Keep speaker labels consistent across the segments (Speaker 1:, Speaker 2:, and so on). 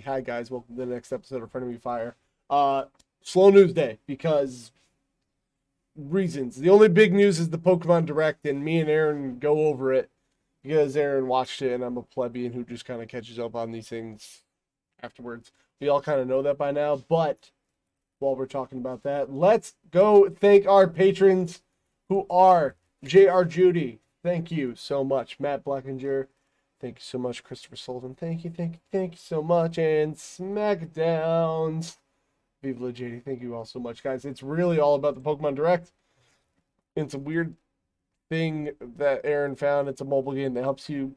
Speaker 1: Hi guys, welcome to the next episode of Friend of Me Fire. Uh, slow news day because reasons. The only big news is the Pokemon Direct, and me and Aaron go over it because Aaron watched it, and I'm a plebeian who just kind of catches up on these things afterwards. We all kind of know that by now, but while we're talking about that, let's go thank our patrons who are J.R. Judy. Thank you so much, Matt Blackinger. Thank you so much, Christopher Sullivan. Thank you, thank you, thank you so much. And SmackDowns. Viva La JD. Thank you all so much, guys. It's really all about the Pokemon Direct. It's a weird thing that Aaron found. It's a mobile game that helps you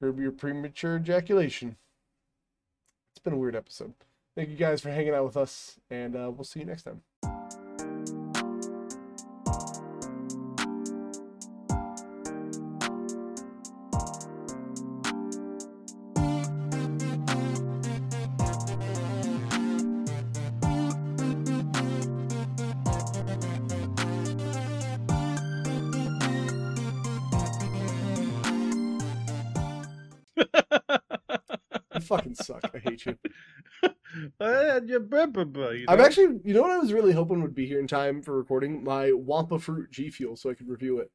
Speaker 1: curb your premature ejaculation. It's been a weird episode. Thank you guys for hanging out with us, and uh, we'll see you next time. You fucking suck. I hate you.
Speaker 2: Uh, you blah, blah, blah, you
Speaker 1: I'm
Speaker 2: know?
Speaker 1: actually, you know what I was really hoping would be here in time for recording my Wampa Fruit G Fuel so I could review it.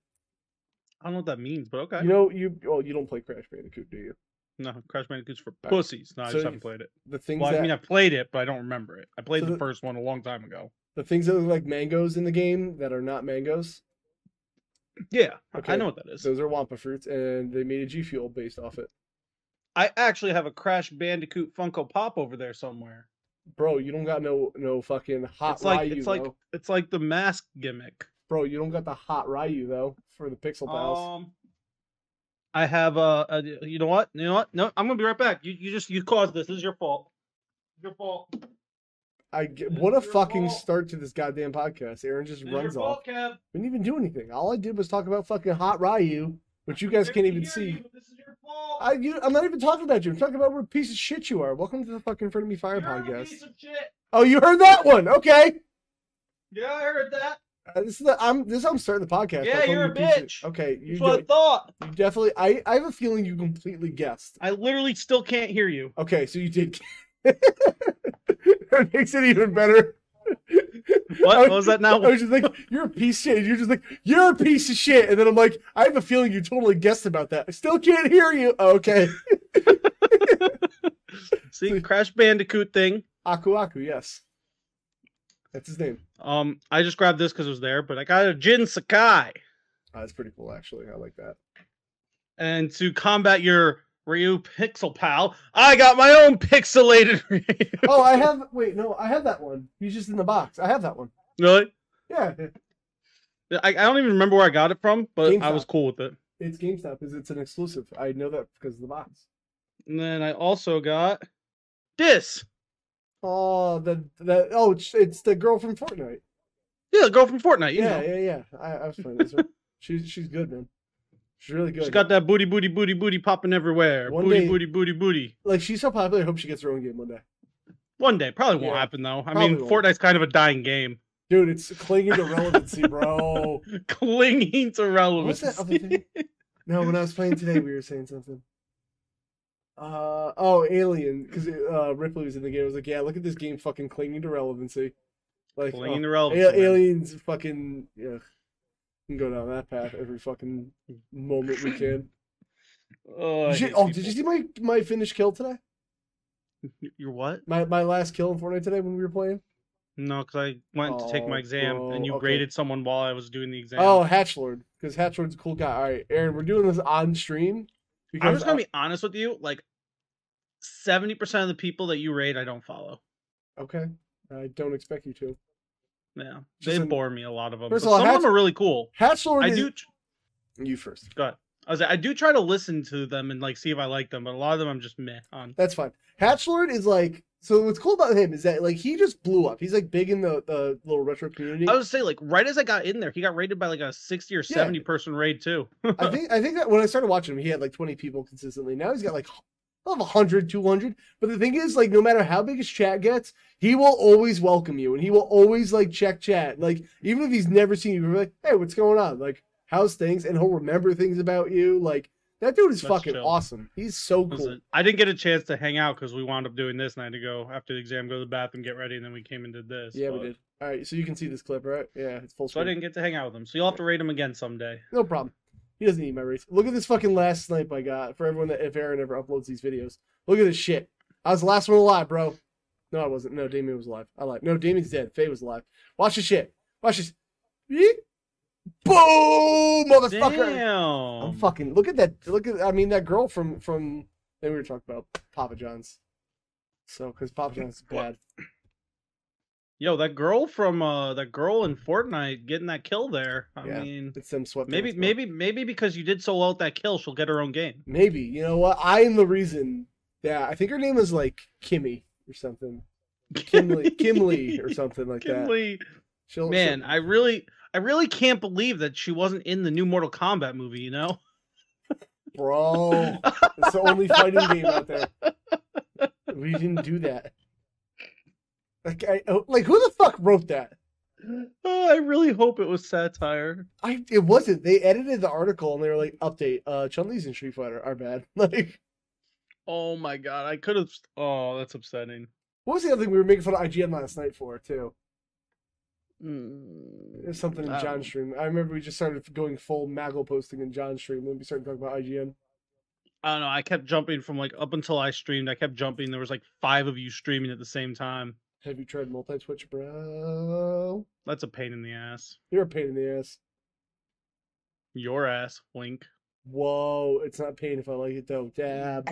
Speaker 2: I don't know what that means, but okay.
Speaker 1: You know, you oh, you don't play Crash Bandicoot, do you?
Speaker 2: no, Crash Bandicoot's for
Speaker 1: Alright.
Speaker 2: pussies. No, I
Speaker 1: So
Speaker 2: just
Speaker 1: you-
Speaker 2: haven't played it.
Speaker 1: The things
Speaker 2: Well,
Speaker 1: that
Speaker 2: I mean, I played it, but I don't remember it. I played
Speaker 1: So
Speaker 2: the
Speaker 1: the-
Speaker 2: first one a long time ago.
Speaker 1: the things that look like mangoes in the game that are not mangoes,
Speaker 2: Yeah, I- I
Speaker 1: Okay,
Speaker 2: know what that is.
Speaker 1: those are Wampa fruits, and they made a G Fuel based off it.
Speaker 2: I actually have a Crash Bandicoot Funko Pop over there somewhere.
Speaker 1: Bro, you don't got no no fucking hot
Speaker 2: It's like
Speaker 1: Ryu
Speaker 2: it's like
Speaker 1: though.
Speaker 2: it's like the mask gimmick.
Speaker 1: Bro, you don't got the hot Ryu though for the Pixel Pals.
Speaker 2: Um, I have uh, uh, you know what? You know what? No, I'm gonna be right back. You you just you caused this. This is your fault. Your fault. This
Speaker 1: I get,
Speaker 2: this
Speaker 1: what a
Speaker 2: is your
Speaker 1: fucking
Speaker 2: fault.
Speaker 1: start to this goddamn podcast. Aaron just
Speaker 2: is your
Speaker 1: runs off.
Speaker 2: fault, Kev.
Speaker 1: We didn't even do anything. All I did was talk about fucking hot Ryu, which you guys
Speaker 2: I
Speaker 1: can't
Speaker 2: couldn't
Speaker 1: even
Speaker 2: hear
Speaker 1: see.
Speaker 2: you. This is your fault.
Speaker 1: I you, I'm not even talking about you. I'm talking about what a piece of shit you are. Welcome to the fucking Front of Me Fire
Speaker 2: You're a piece
Speaker 1: podcast.
Speaker 2: of shit.
Speaker 1: Oh, you heard that one? Okay.
Speaker 2: Yeah, I heard that.
Speaker 1: Uh, this is the I'm this is how I'm starting the podcast.
Speaker 2: Yeah,
Speaker 1: I call
Speaker 2: you're
Speaker 1: you
Speaker 2: a
Speaker 1: piece of-
Speaker 2: bitch.
Speaker 1: okay, you,
Speaker 2: That's what I
Speaker 1: don't-
Speaker 2: thought.
Speaker 1: you definitely. I I have a feeling you completely guessed.
Speaker 2: I literally still can't hear you.
Speaker 1: Okay, so you did. that makes it even better.
Speaker 2: What?
Speaker 1: I
Speaker 2: What was that now?
Speaker 1: I was just like, you're a piece of shit. And you're just like, you're a piece of shit. And then I'm like, I have a feeling you totally guessed about that. I still can't hear you. Oh, Okay.
Speaker 2: See, Crash Bandicoot thing.
Speaker 1: Aku Aku, yes. That's his name.
Speaker 2: Um, I just grabbed this because it was there, but I got a Jin Sakai.
Speaker 1: Uh, that's pretty cool, actually. I like that.
Speaker 2: And to combat your Ryu Pixel Pal, I got my own pixelated Ryu.
Speaker 1: Oh, I have. Wait, no, I have that one. He's just in the box. I have that one.
Speaker 2: Really?
Speaker 1: Yeah,
Speaker 2: I, I don't even remember where I got it from, but I was
Speaker 1: GameStop.
Speaker 2: cool with it.
Speaker 1: it's GameStop because it's an exclusive. I know that because of the box.
Speaker 2: And then I also got this.
Speaker 1: Oh, the the oh, it's, it's the girl from Fortnite.
Speaker 2: Yeah, the girl from Fortnite. You
Speaker 1: Yeah,
Speaker 2: know.
Speaker 1: yeah, yeah. I, I was playing this one. She's she's good, man. She's really good.
Speaker 2: She's got that booty, booty, booty, booty popping everywhere.
Speaker 1: One
Speaker 2: booty,
Speaker 1: day-
Speaker 2: booty, booty, booty.
Speaker 1: like she's so popular. I hope she gets her own game one day,
Speaker 2: One day, probably won't
Speaker 1: Yeah,
Speaker 2: happen though. I
Speaker 1: probably
Speaker 2: mean,
Speaker 1: won't.
Speaker 2: Fortnite's kind of a dying game,
Speaker 1: dude. It's clinging to relevancy, bro.
Speaker 2: clinging to
Speaker 1: What's
Speaker 2: relevance.
Speaker 1: that other thing? No, when I was playing today, we were saying something. Uh oh, Alien, because uh, Ripley was in the game. I was like, yeah, look at this game fucking clinging to relevancy. Like, oh,
Speaker 2: clinging to
Speaker 1: A-
Speaker 2: relevance. man.
Speaker 1: aliens fucking yeah can go down that path every fucking moment we can
Speaker 2: Oh, I
Speaker 1: Did you-
Speaker 2: hate
Speaker 1: oh did you
Speaker 2: people.
Speaker 1: see my my finish kill today
Speaker 2: Y- Your what?
Speaker 1: my my last kill in fortnite today when we were playing
Speaker 2: No, because I went to take
Speaker 1: Oh,
Speaker 2: my exam and you
Speaker 1: bro, okay.
Speaker 2: graded someone while I was doing the exam.
Speaker 1: oh hatchlord because hatchlord's a cool guy all right aaron we're doing this on stream because
Speaker 2: I'm just gonna be honest with you. Like, seventy percent of the people that you rate, I don't follow.
Speaker 1: I- okay i don't expect you to
Speaker 2: Yeah,
Speaker 1: Just
Speaker 2: they
Speaker 1: an-
Speaker 2: bore me a lot of them.
Speaker 1: First
Speaker 2: but
Speaker 1: of all,
Speaker 2: some of them
Speaker 1: hats-
Speaker 2: are really cool.
Speaker 1: hatchlord
Speaker 2: I
Speaker 1: is-
Speaker 2: do. tr-
Speaker 1: you first
Speaker 2: Go ahead. I was like, I do try to listen to them and like see if I like them, but a lot of them I'm just meh on.
Speaker 1: That's fine. Hatchlord is like so. What's cool about him is that like he just blew up. He's like big in the, the little retro community.
Speaker 2: I was say like right as I got in there, he got rated by like a sixty or seventy person raid too.
Speaker 1: I think I think that when I started watching him, he had like 20 people consistently. Now he's got like I love 100, 200. But the thing is, like, no matter how big his chat gets, he will always welcome you and he will always like check chat. Like, even if he's never seen you, he'll be like, hey, what's going on? Like, how's things? And he'll remember things about you. Like, That dude is
Speaker 2: Let's
Speaker 1: fucking
Speaker 2: chill.
Speaker 1: awesome. He's so
Speaker 2: Was
Speaker 1: cool.
Speaker 2: it- I didn't get a chance to hang out because we wound up doing this, and I had to go after the exam, go to the bathroom, get ready, and then we came and did this.
Speaker 1: Yeah, we
Speaker 2: but-
Speaker 1: did. All right, so you can see this clip, right? Yeah, it's full
Speaker 2: So I
Speaker 1: screen.
Speaker 2: didn't get to hang out with him. So you'll have to rate him again someday.
Speaker 1: No problem. He doesn't need my rates. Look at this fucking last snipe I got for everyone that if Aaron ever uploads these videos. Look at this shit. I was the last one alive, bro. No, I wasn't. No, Damien was alive. I lied. No, Damien's dead. Faye was alive. Watch this shit. Watch this. Yeet. Boom, motherfucker.
Speaker 2: Damn.
Speaker 1: I'm fucking. Look at that. Look at. I mean, that girl from from. Then we were talking about Papa John's. So, because Papa John's is bad.
Speaker 2: Yo, that girl from uh that girl in Fortnite getting that kill there. I
Speaker 1: Yeah.
Speaker 2: mean,
Speaker 1: It's them sweat.
Speaker 2: maybe maybe maybe because you did so well at that kill, she'll get her own game.
Speaker 1: Maybe. You know what? I am the reason that I think her name is like Kimmy or something. Kimley, Kimley or something like that. Oh,
Speaker 2: Kimley.
Speaker 1: She'll,
Speaker 2: Man,
Speaker 1: she'll-
Speaker 2: I really I really can't believe that she wasn't in the new Mortal Kombat movie, you know?
Speaker 1: bro, it's the only fighting game out there. We didn't do that. Like, I, oh, like who the fuck wrote that?
Speaker 2: Oh, I really hope it was satire.
Speaker 1: I it wasn't. They edited the article and they were like, "Update: uh, Chun Li's in Street Fighter are bad." Like,
Speaker 2: Oh my god, I could have Oh, that's upsetting.
Speaker 1: what was the other thing we were making fun of IGN last night for too?
Speaker 2: Mm,
Speaker 1: There's something in
Speaker 2: I
Speaker 1: John's stream. I remember we just started going full Maggle posting in John's stream. Then we started talking about IGN.
Speaker 2: I don't know. I kept jumping from like up until I streamed. I kept jumping. There was like five of you streaming at the same time.
Speaker 1: Have you tried multi Twitch, bro?
Speaker 2: That's a pain in the ass.
Speaker 1: You're a pain in the ass.
Speaker 2: Your ass, wink.
Speaker 1: Whoa, it's not pain if I like it though. Dab.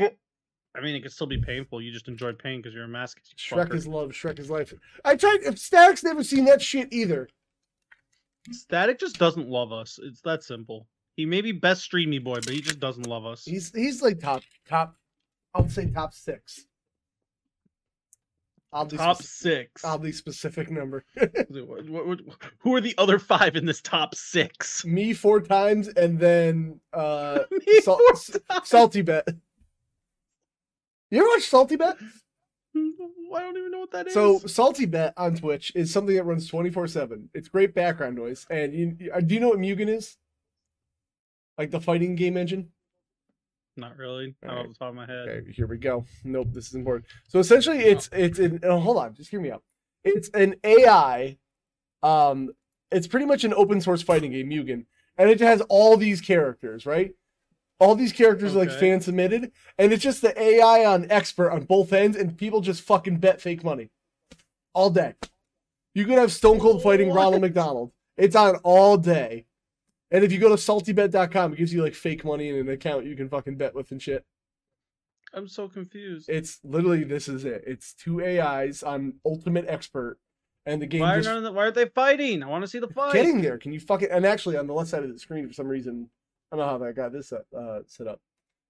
Speaker 2: I mean, it could still be painful. You just enjoy pain because you're a masochist. you
Speaker 1: Shrek
Speaker 2: fucker.
Speaker 1: is love. Shrek is life. I tried. If Static's never seen that shit either.
Speaker 2: Static just doesn't love us. It's that simple. He may be best streamy boy, but he just doesn't love us.
Speaker 1: He's he's like top top. I'll say top six. Oddly,
Speaker 2: top
Speaker 1: spec-
Speaker 2: six.
Speaker 1: oddly specific number.
Speaker 2: What- what- what- Who are the other five in this top six?
Speaker 1: Me four times and then uh
Speaker 2: Me
Speaker 1: Sal-
Speaker 2: four
Speaker 1: s-
Speaker 2: times.
Speaker 1: salty bet. You ever watch salty bet?
Speaker 2: I don't even know what that is.
Speaker 1: So salty bet on Twitch is something that runs twenty four seven. It's great background noise. And you, you- uh, do you know what Mugen is? Like the fighting game engine.
Speaker 2: not really. Not
Speaker 1: Alright.
Speaker 2: off the top of my head.
Speaker 1: Okay, here we go. Nope, this is important. So essentially, it's it's an oh, hold on, just hear me out. It's an AI. Um, it's pretty much an open source fighting game, Mugen, and it has all these characters, right? All these characters are like
Speaker 2: Okay.
Speaker 1: fan submitted, and it's just the AI on expert on both ends, and people just fucking bet fake money all day. You could have Stone Cold fighting Ronald
Speaker 2: What?
Speaker 1: McDonald. It's on all day. And if you go to saltybet.com, it gives you like fake money and an account you can fucking bet with and shit.
Speaker 2: I'm so confused.
Speaker 1: It's literally this is it. It's two AIs on Ultimate Expert, and the game
Speaker 2: Why are,
Speaker 1: just
Speaker 2: none of the, why are they fighting? I want to see the fight.
Speaker 1: getting there. Can you fucking and actually on the left side of the screen for some reason I don't know how that got this up, uh, set up.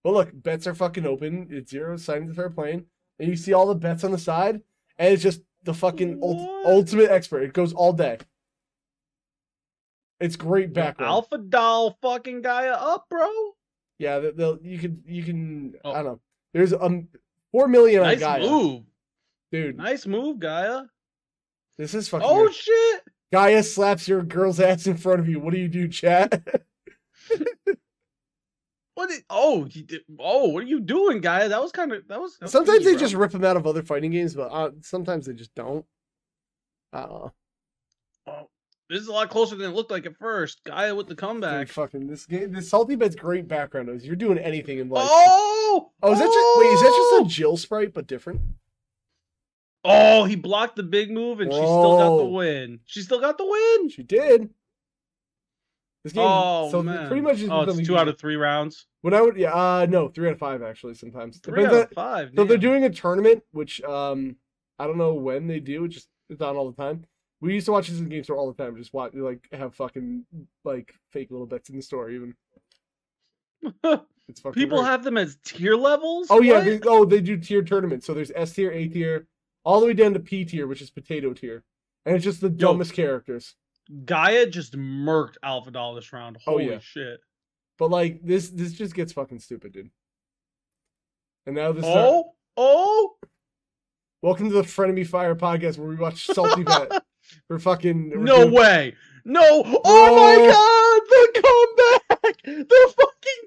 Speaker 1: But look, bets are fucking open. It's zero signing to fair plane, and you see all the bets on the side, and it's just the fucking ult-
Speaker 2: What?
Speaker 1: Ultimate Expert. It goes all day. It's great
Speaker 2: Yo,
Speaker 1: background. Uh,
Speaker 2: Alpha doll fucking guy up, bro.
Speaker 1: yeah, they- they'll, you can you can
Speaker 2: Oh.
Speaker 1: I don't know. There's um four million on
Speaker 2: Nice
Speaker 1: Gaia,
Speaker 2: move.
Speaker 1: dude.
Speaker 2: Nice move, Gaia.
Speaker 1: This is fucking.
Speaker 2: Oh
Speaker 1: weird.
Speaker 2: shit.
Speaker 1: Gaia slaps your girl's ass in front of you. What do you do, chat?
Speaker 2: What? Did, oh, he did, oh, what are you doing, Gaia? That was kind of that was. that was
Speaker 1: sometimes
Speaker 2: tricky,
Speaker 1: they
Speaker 2: bro.
Speaker 1: just rip them out of other fighting games, but uh, sometimes they just don't. I don't know.
Speaker 2: Oh, this is a lot closer than it looked like at first. Gaia with the
Speaker 1: Dude,
Speaker 2: comeback.
Speaker 1: fucking this game, this salty bed's great background noise. You're doing anything in life.
Speaker 2: oh!
Speaker 1: Oh, is that just wait? Is that just a Jill sprite but different?
Speaker 2: Oh, he blocked the big move, and she still got the
Speaker 1: Whoa.
Speaker 2: win. She still got the win.
Speaker 1: She did. This game,
Speaker 2: oh
Speaker 1: so
Speaker 2: man!
Speaker 1: pretty much.
Speaker 2: oh, it's two out of three rounds.
Speaker 1: when I would, yeah, uh, no, three out of five actually. Sometimes
Speaker 2: Three
Speaker 1: Depends
Speaker 2: out
Speaker 1: on-
Speaker 2: of five.
Speaker 1: So they're
Speaker 2: damn.
Speaker 1: doing a tournament, which um I don't know when they do. It just it's on all the time. We used to watch this in the game store all the time. Just watch like have fucking like fake little bets in the store. Even it's fucking
Speaker 2: People
Speaker 1: weird.
Speaker 2: have them as tier levels.
Speaker 1: oh yeah
Speaker 2: What?
Speaker 1: they, oh they do tier tournaments. So there's S tier, A tier, all the way down to P tier, which is potato tier, and it's just the dumbest characters.
Speaker 2: Gaia just murked Alpha Doll this round.
Speaker 1: Oh,
Speaker 2: Holy
Speaker 1: yeah.
Speaker 2: shit!
Speaker 1: But like this this just gets fucking stupid, dude. And now this. is our-
Speaker 2: Oh, oh!
Speaker 1: welcome to the Frenemy Fire podcast where we watch salty bet. We're fucking we're
Speaker 2: No
Speaker 1: doing-
Speaker 2: way! No! Oh my god! The comeback! The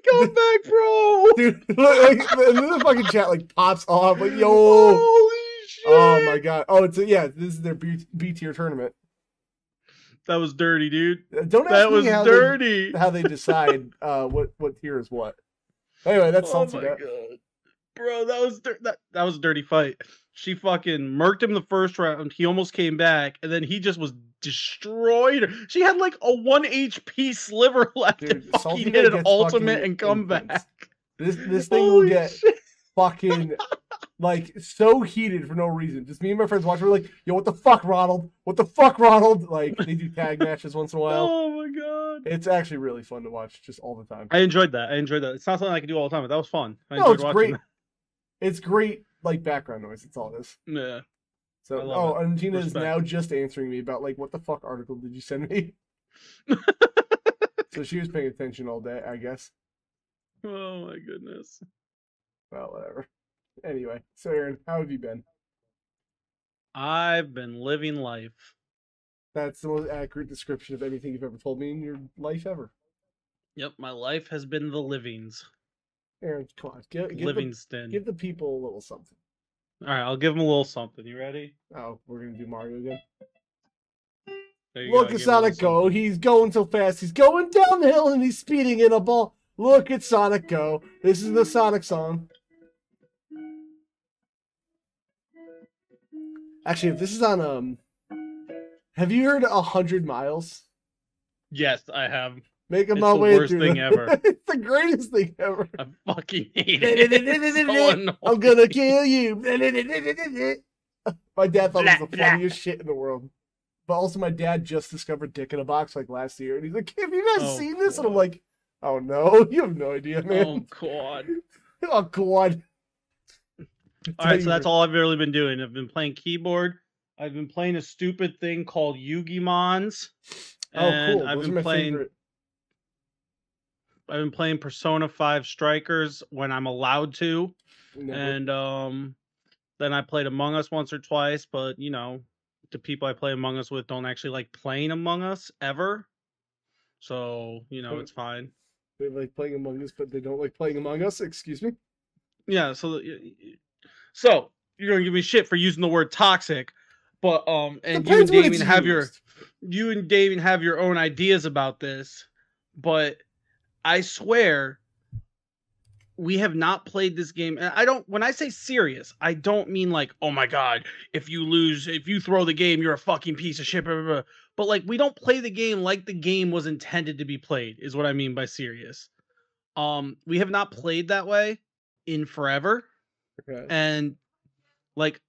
Speaker 2: fucking comeback, bro.
Speaker 1: dude. Like, like, and then the fucking chat like pops off like yo.
Speaker 2: Holy shit.
Speaker 1: Oh my god. Oh, it's a, yeah. This is their B, B tier tournament.
Speaker 2: That was dirty, dude.
Speaker 1: Uh, Don't ask
Speaker 2: That was
Speaker 1: me how
Speaker 2: dirty.
Speaker 1: They, how they decide uh, what what tier is what. Anyway, that's
Speaker 2: oh
Speaker 1: something.
Speaker 2: my god, bro, that was dir- that that was a dirty fight. She fucking murked him the first round. He almost came back, and then he just was destroyed. her. She had like a one HP sliver left,
Speaker 1: Dude,
Speaker 2: and fucking
Speaker 1: Salty
Speaker 2: hit an
Speaker 1: gets
Speaker 2: ultimate
Speaker 1: fucking
Speaker 2: and comeback.
Speaker 1: This this thing will
Speaker 2: Holy
Speaker 1: get
Speaker 2: shit.
Speaker 1: fucking like so heated for no reason. Just me and my friends watching. We're like, yo, what the fuck, Ronald? What the fuck, Ronald? Like they do tag matches once in a while.
Speaker 2: Oh my god.
Speaker 1: It's actually really fun to watch, just all the time.
Speaker 2: I enjoyed that. I enjoyed that. It's not something I can do all the time, but that was fun. I
Speaker 1: no,
Speaker 2: enjoyed
Speaker 1: it's
Speaker 2: watching
Speaker 1: great.
Speaker 2: that.
Speaker 1: It's great, like background noise. That's all it is.
Speaker 2: Yeah.
Speaker 1: So,
Speaker 2: I love
Speaker 1: oh, and Gina is
Speaker 2: Respect.
Speaker 1: now just answering me about like, what the fuck article did you send me? so she was paying attention all day, I guess.
Speaker 2: Oh my goodness.
Speaker 1: Well, whatever. Anyway, so Aaron, how have you been?
Speaker 2: I've been living life.
Speaker 1: That's the most accurate description of anything you've ever told me in your life ever.
Speaker 2: Yep, my life has been the livings.
Speaker 1: Aaron, come on, give, give, the,
Speaker 2: Livingston.
Speaker 1: give the people a little something.
Speaker 2: All right, I'll give him a little something. You ready?
Speaker 1: Oh, we're gonna do Mario again.
Speaker 2: There you
Speaker 1: Look
Speaker 2: I
Speaker 1: at
Speaker 2: gave him a little
Speaker 1: Sonic go.
Speaker 2: something.
Speaker 1: He's going so fast. He's going downhill and he's speeding in a ball. Look at Sonic go. This is the Sonic song. Actually, if this is on um, have you heard a hundred miles?
Speaker 2: Yes, I have.
Speaker 1: Making
Speaker 2: It's
Speaker 1: my
Speaker 2: the
Speaker 1: way
Speaker 2: worst
Speaker 1: through.
Speaker 2: thing
Speaker 1: the-
Speaker 2: ever.
Speaker 1: it's the greatest thing ever.
Speaker 2: I fucking hate it. It's so annoying.
Speaker 1: I'm gonna kill you. my dad thought it was the
Speaker 2: Blah, blah.
Speaker 1: funniest shit in the world. But also, my dad just discovered Dick in a Box like last year, and he's like, "Have you guys
Speaker 2: Oh,
Speaker 1: seen this?" And I'm
Speaker 2: God.
Speaker 1: like, "Oh no, you have no idea,
Speaker 2: Oh
Speaker 1: man.
Speaker 2: god.
Speaker 1: Oh, god."
Speaker 2: All right, so that's all I've really been doing. I've been playing keyboard. I've been playing a stupid thing called Yugimons.
Speaker 1: Oh,
Speaker 2: and
Speaker 1: cool.
Speaker 2: I've
Speaker 1: Those are
Speaker 2: been
Speaker 1: my
Speaker 2: playing.
Speaker 1: favorite.
Speaker 2: I've been playing Persona Five Strikers when I'm allowed to,
Speaker 1: Never.
Speaker 2: and um, then I played Among Us once or twice. But you know, the people I play Among Us with don't actually like playing Among Us ever. So you know,
Speaker 1: Mm.
Speaker 2: it's fine.
Speaker 1: They like playing Among Us, but they don't like playing Among Us. Excuse me.
Speaker 2: yeah so y- y- y- so you're gonna give me shit for using the word toxic but um and you and
Speaker 1: Depends when
Speaker 2: damien
Speaker 1: it's
Speaker 2: have your
Speaker 1: used.
Speaker 2: you and damien have your own ideas about this but i swear we have not played this game and i don't when i say serious i don't mean like oh my god if you lose if you throw the game you're a fucking piece of shit blah, blah, blah. but like we don't play the game like the game was intended to be played is what i mean by serious um we have not played that way in forever
Speaker 1: Okay.
Speaker 2: and like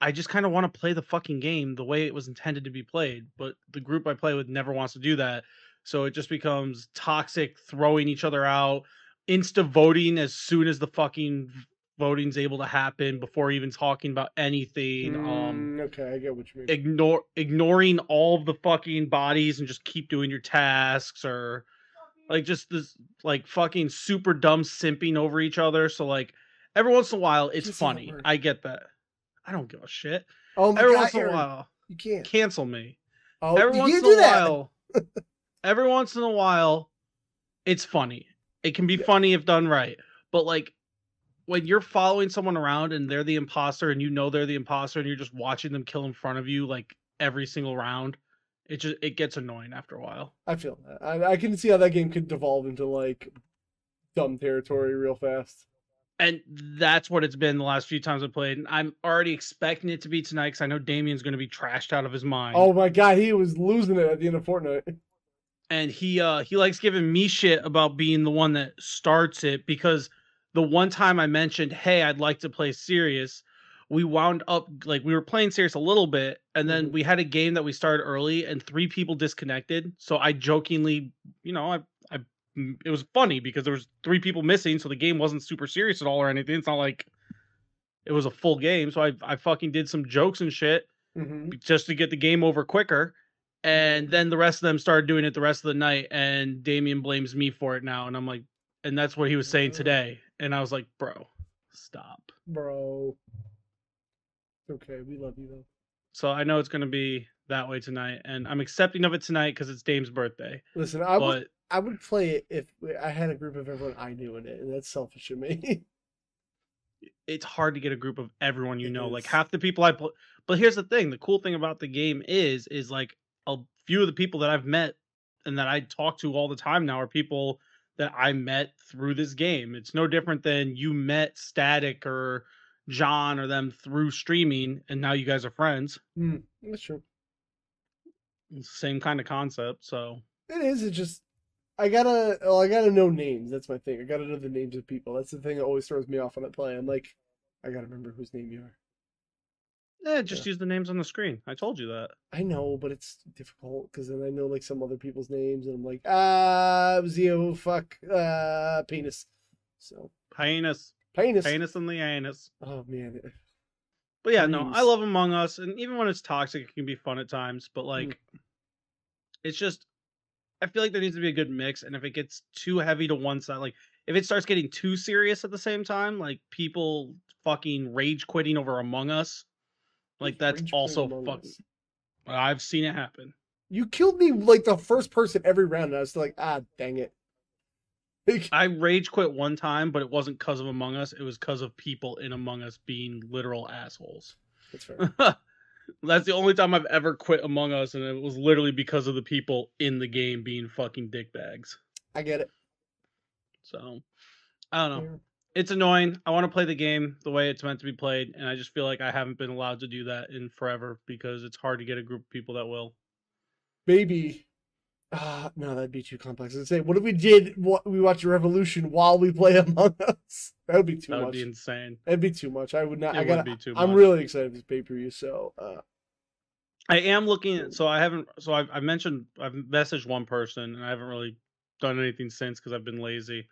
Speaker 2: I just kind of want to play the fucking game the way it was intended to be played, but the group I play with never wants to do that. So it just becomes toxic, throwing each other out, insta voting as soon as the fucking voting's able to happen before even talking about anything. Um
Speaker 1: Mm, okay, I get what you mean.
Speaker 2: ignore ignoring all of the fucking bodies and just keep doing your tasks or like just this like fucking super dumb simping over each other. So like every once in a while it's
Speaker 1: This is a
Speaker 2: funny.
Speaker 1: word.
Speaker 2: I get that. I don't give a shit.
Speaker 1: oh my
Speaker 2: Every
Speaker 1: god,
Speaker 2: once in a
Speaker 1: Aaron,
Speaker 2: while,
Speaker 1: you can't.
Speaker 2: cancel me.
Speaker 1: Oh,
Speaker 2: Every
Speaker 1: you
Speaker 2: once
Speaker 1: can't
Speaker 2: in
Speaker 1: do
Speaker 2: a
Speaker 1: that.
Speaker 2: while, every once in a while, it's funny. It can be funny if done right, but like when you're following someone around and they're the imposter and you know they're the imposter and you're just watching them kill in front of you like every single round, it just it gets annoying after a while.
Speaker 1: I feel that. I, I can see how that game could devolve into like dumb territory real fast.
Speaker 2: and that's what it's been the last few times I played. And I'm already expecting it to be tonight because I know Damien's going to be trashed out of his mind.
Speaker 1: Oh my god, he was losing it at the end of Fortnite.
Speaker 2: and he uh he likes giving me shit about being the one that starts it because the one time I mentioned, "Hey, I'd like to play serious," we wound up like we were playing serious a little bit, and then
Speaker 1: Mhm.
Speaker 2: we had a game that we started early, and three people disconnected. So I jokingly, you know, I I m- it was funny because there was three people missing, so the game wasn't super serious at all or anything. It's not like it was a full game, so I I fucking did some jokes and shit
Speaker 1: Mm-hmm.
Speaker 2: just to get the game over quicker. And then the rest of them started doing it the rest of the night. And Damien blames me for it now. And I'm like, and that's what he was saying
Speaker 1: Mhm.
Speaker 2: today. And I was like, bro, stop.
Speaker 1: Bro. It's okay, we love you though.
Speaker 2: So I know it's going to be that way tonight. And I'm accepting of it tonight because it's Dame's birthday.
Speaker 1: Listen, I
Speaker 2: But
Speaker 1: was I would play it if I had a group of everyone I knew in it, and that's selfish of me.
Speaker 2: It's hard to get a group of everyone you
Speaker 1: It
Speaker 2: know. Like
Speaker 1: is.
Speaker 2: half the people I play. But here's the thing: the cool thing about the game is, is like a few of the people that I've met and that I talk to all the time now are people that I met through this game. It's no different than you met Static or John or them through streaming, and now you guys are friends.
Speaker 1: Hmm, that's true.
Speaker 2: Same kind of concept. So
Speaker 1: It is. It just I gotta. Well, I gotta know names. That's my thing. I gotta know the names of people. That's the thing that always throws me off when I play. I'm like, I gotta remember whose name you are.
Speaker 2: yeah, eh, just use the names on the screen. I told you that.
Speaker 1: I know, but it's difficult because then I know like some other people's names, and I'm like, ah, it was you. Fuck, uh, penis. So
Speaker 2: Hyenas,
Speaker 1: penis.
Speaker 2: hyenas, and Leanus.
Speaker 1: Oh man,
Speaker 2: But yeah, no, I
Speaker 1: Please.
Speaker 2: love Among Us, and even when it's toxic, it can be fun at times.
Speaker 1: Mm.
Speaker 2: But like, it's just, I feel like there needs to be a good mix. And if it gets too heavy to one side, like if it starts getting too serious at the same time, like people fucking rage quitting over Among Us, like that's
Speaker 1: Rage quit
Speaker 2: also
Speaker 1: Among
Speaker 2: fucking.
Speaker 1: Us.
Speaker 2: I've seen it happen.
Speaker 1: You killed me like the first person every round, and I was still like, ah, dang it. Like,
Speaker 2: I rage quit one time, but it wasn't because of Among Us. It was because of people in Among Us being literal assholes.
Speaker 1: that's fair.
Speaker 2: That's the only time I've ever quit Among Us, and it was literally because of the people in the game being fucking dickbags.
Speaker 1: I get it.
Speaker 2: So I don't know.
Speaker 1: Fair.
Speaker 2: It's annoying. I want to play the game the way it's meant to be played, and I just feel like I haven't been allowed to do that in forever because it's hard to get a group of people that will.
Speaker 1: Maybe. Ah, no, that'd be too complex. I'd say, what if we did? What we watch Revolution while we play Among Us? That would be too
Speaker 2: that would
Speaker 1: much.
Speaker 2: be insane.
Speaker 1: That'd be too much. I would not.
Speaker 2: It
Speaker 1: I
Speaker 2: would
Speaker 1: gotta.
Speaker 2: be too
Speaker 1: I'm
Speaker 2: much.
Speaker 1: really excited for this pay per view. So, uh,
Speaker 2: I am looking at so I haven't so I've I mentioned I've messaged one person and I haven't really done anything since because I've been lazy.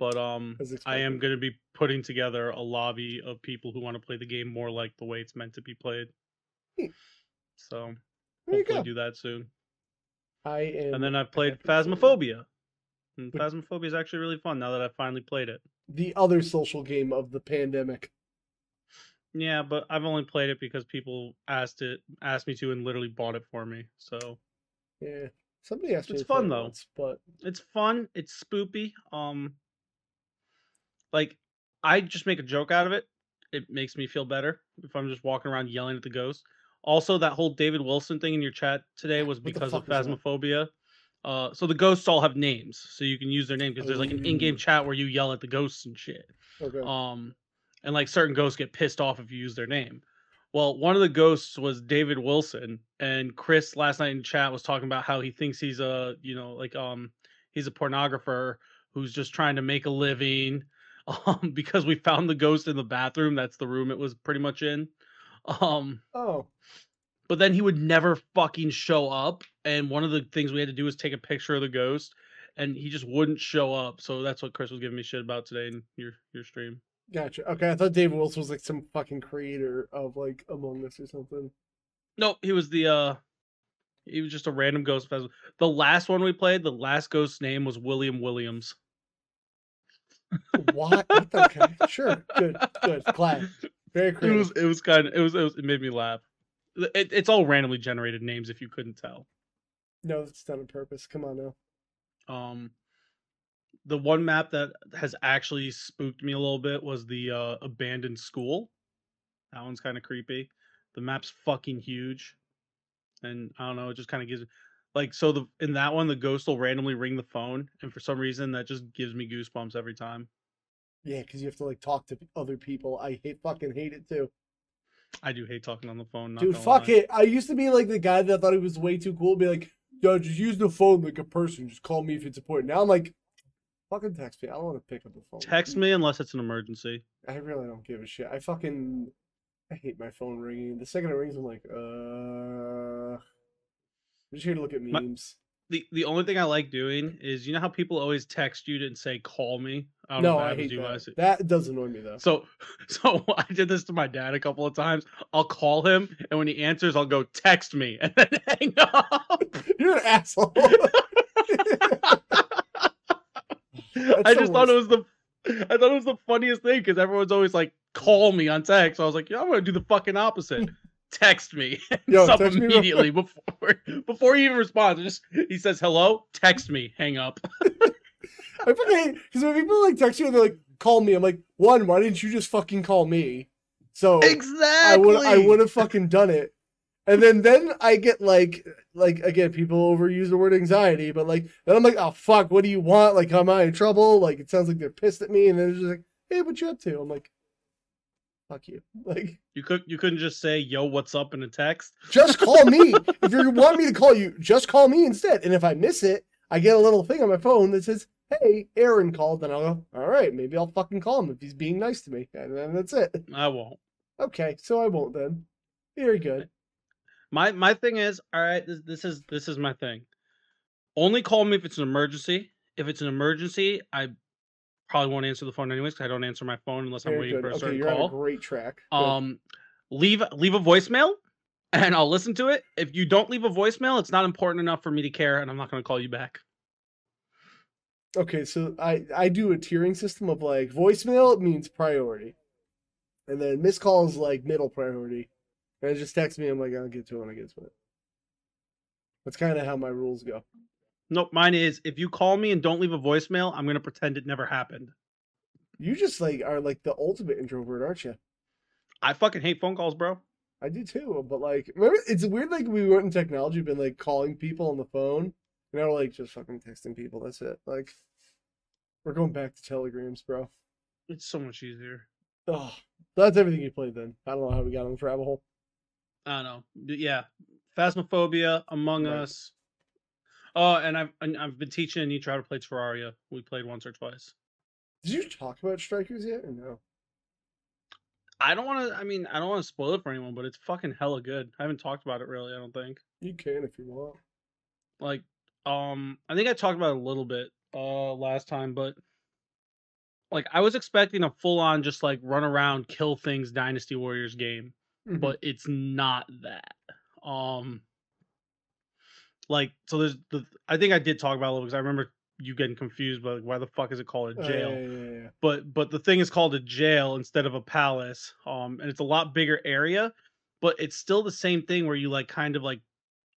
Speaker 2: But um
Speaker 1: as
Speaker 2: I am
Speaker 1: expected.
Speaker 2: going to be putting together a lobby of people who want to play the game more like the way it's meant to be played.
Speaker 1: Hmm.
Speaker 2: So
Speaker 1: There you
Speaker 2: hopefully
Speaker 1: go.
Speaker 2: do that soon.
Speaker 1: I am.
Speaker 2: And then I've played
Speaker 1: happy for you.
Speaker 2: Phasmophobia. And
Speaker 1: Which-
Speaker 2: Phasmophobia is actually really fun now that I've finally played it.
Speaker 1: the other social game of the pandemic.
Speaker 2: Yeah, but I've only played it because people asked it asked me to and literally bought it for me. So
Speaker 1: Yeah. Somebody asked me.
Speaker 2: It's
Speaker 1: to play
Speaker 2: fun,
Speaker 1: it
Speaker 2: though.
Speaker 1: once, but
Speaker 2: it's fun, it's spoopy. Um like I just make a joke out of it. It makes me feel better if I'm just walking around yelling at the ghost. Also, that whole David Wilson thing in your chat today was
Speaker 1: What the
Speaker 2: because of
Speaker 1: fuck was that?
Speaker 2: phasmophobia. Uh, so the ghosts all have names, so you can use their name because there's like an in-game
Speaker 1: Ooh.
Speaker 2: chat where you yell at the ghosts and shit.
Speaker 1: okay.
Speaker 2: Um, and like certain ghosts get pissed off if you use their name. Well, one of the ghosts was David Wilson, and Chris last night in chat was talking about how he thinks he's a, you know, like um, he's a pornographer who's just trying to make a living. Um, because we found the ghost in the bathroom. That's the room it was pretty much in. Um,
Speaker 1: oh,
Speaker 2: but then he would never fucking show up. And one of the things we had to do was take a picture of the ghost, and he just wouldn't show up. So that's what Chris was giving me shit about today in your your stream.
Speaker 1: gotcha. Okay, I thought David Wilson was like some fucking creator of like Among Us or something.
Speaker 2: No, he was the uh he was just a random ghost festival. The last one we played, the last ghost's name was William Williams.
Speaker 1: Why? What the? Okay, sure. Good. Good. Glad. Very
Speaker 2: It
Speaker 1: creative.
Speaker 2: was it was kind of it was it, was, it made me laugh. Th- It, it's all randomly generated names if you couldn't tell.
Speaker 1: No, it's done on purpose. Come on now.
Speaker 2: Um the one map that has actually spooked me a little bit was the uh abandoned school. That one's kind of creepy. The map's fucking huge. And I don't know, it just kind of gives like so the in that one the ghost will randomly ring the phone and for some reason that just gives me goosebumps every time.
Speaker 1: Yeah, because you have to like talk to other people. I hate fucking hate it too.
Speaker 2: I do hate talking on the phone. Not
Speaker 1: Dude,
Speaker 2: gonna
Speaker 1: fuck
Speaker 2: lie.
Speaker 1: it. I used to be like the guy that thought he was way too cool. Be like, yo, just use the phone like a person. Just call me if it's important. Now I'm like, fucking text me. I don't want to pick up the phone.
Speaker 2: Text me unless it's an emergency.
Speaker 1: I really don't give a shit. I fucking I hate my phone ringing. The second it rings, I'm like, uh, I'm just here to look at
Speaker 2: My-
Speaker 1: memes.
Speaker 2: The the only thing I like doing is you know how people always text you and say call me. I don't
Speaker 1: no,
Speaker 2: if that
Speaker 1: I
Speaker 2: happens
Speaker 1: hate
Speaker 2: to you
Speaker 1: that.
Speaker 2: guys.
Speaker 1: That does annoy me though.
Speaker 2: So so I did this to my dad a couple of times. I'll call him and when he answers, I'll go text me and then hang up.
Speaker 1: You're an asshole.
Speaker 2: I
Speaker 1: the
Speaker 2: just thought it was the I thought it was the funniest thing because everyone's always like call me on text. I was like, yeah, I'm gonna do the fucking opposite. text me.
Speaker 1: Yo,
Speaker 2: Stop
Speaker 1: text me real
Speaker 2: immediately before before before he even responds. Just he says hello, text me, hang up.
Speaker 1: I fucking hate because when people like text you and they're like, "Call me," I'm like, "One, why didn't you just fucking call me?" So Oh, I
Speaker 2: Exactly.
Speaker 1: would I would have fucking done it. And then then I get like like again people overuse the word anxiety, but like then I'm like, oh fuck, what do you want? Like am I in trouble? Like it sounds like they're pissed at me, and then they're just like, hey, what you up to? I'm like, fuck you, like
Speaker 2: You could you couldn't just say yo, what's up in a text.
Speaker 1: just call me if you want me to call you. Just call me instead. And if I miss it, I get a little thing on my phone that says, hey, Aaron called, and I'll go, all right, maybe I'll fucking call him if he's being nice to me, and then that's it.
Speaker 2: I won't.
Speaker 1: Okay, so I won't then. Very good.
Speaker 2: My my thing is, all right, this, this is this is my thing. Only call me if it's an emergency. If it's an emergency, I probably won't answer the phone anyways 'cause I don't answer my phone unless I'm
Speaker 1: Very
Speaker 2: waiting
Speaker 1: good.
Speaker 2: for a
Speaker 1: Okay,
Speaker 2: certain
Speaker 1: you're on a
Speaker 2: call.
Speaker 1: great track. Good.
Speaker 2: Um, leave leave a voicemail, and I'll listen to it. If you don't leave a voicemail, it's not important enough for me to care, and I'm not going to call you back.
Speaker 1: okay, so I I do a tiering system of like voicemail means priority, and then missed call is like middle priority, and it just text me. I'm like, I'll get to it when I get to it. That's kind of how my rules go.
Speaker 2: Nope, mine is if you call me and don't leave a voicemail, I'm going to pretend it never happened.
Speaker 1: You just like are like the ultimate introvert, aren't you?
Speaker 2: I fucking hate phone calls, bro.
Speaker 1: I do too, but like, remember it's weird. Like we went in technology, been like calling people on the phone, and now we're like just fucking texting people. That's it. Like, we're going back to telegrams, bro.
Speaker 2: It's so much easier.
Speaker 1: Oh, that's everything you played then. I don't know how we got on the rabbit hole.
Speaker 2: I don't know. D- Yeah, Phasmophobia, Among
Speaker 1: Right.
Speaker 2: Us. Oh, and I've and I've been teaching Anitra how to play Terraria. We played once or twice.
Speaker 1: Did you talk about strikers yet or no?
Speaker 2: I don't want to. I mean, I don't want to spoil it for anyone, but it's fucking hella good. I haven't talked about it really. I don't think.
Speaker 1: You can if you want.
Speaker 2: like um i think i talked about it a little bit uh last time but like i was expecting a full on just like run around kill things dynasty warriors game but it's not that um like so there's the i think i did talk about it because i remember you getting confused but like why the fuck is it called a
Speaker 1: Oh, yeah,
Speaker 2: jail
Speaker 1: yeah, yeah, yeah.
Speaker 2: but but the thing is called a jail instead of a palace um and it's a lot bigger area but it's still the same thing where you like kind of like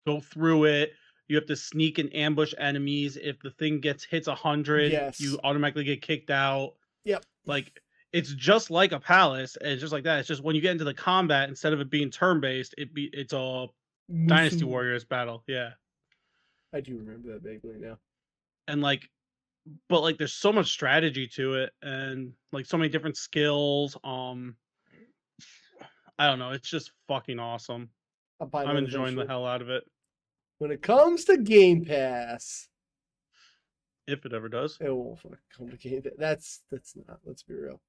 Speaker 2: go through it you have to sneak and ambush enemies if the thing gets hits 100
Speaker 1: Yes.
Speaker 2: you automatically get kicked out
Speaker 1: Yep.
Speaker 2: like it's just like a palace and it's just like that it's just when you get into the combat instead of it being turn based it be it's a dynasty
Speaker 1: Musu-
Speaker 2: warriors battle yeah
Speaker 1: I do remember that vaguely now.
Speaker 2: and like but like there's so much strategy to it and like so many different skills um i don't know it's just fucking awesome
Speaker 1: I'll buy
Speaker 2: i'm
Speaker 1: that
Speaker 2: enjoying the
Speaker 1: eventually.
Speaker 2: hell out of it
Speaker 1: When it comes to Game Pass,
Speaker 2: if it ever does
Speaker 1: it will fucking come to Game Pass. That's that's not. Let's be real.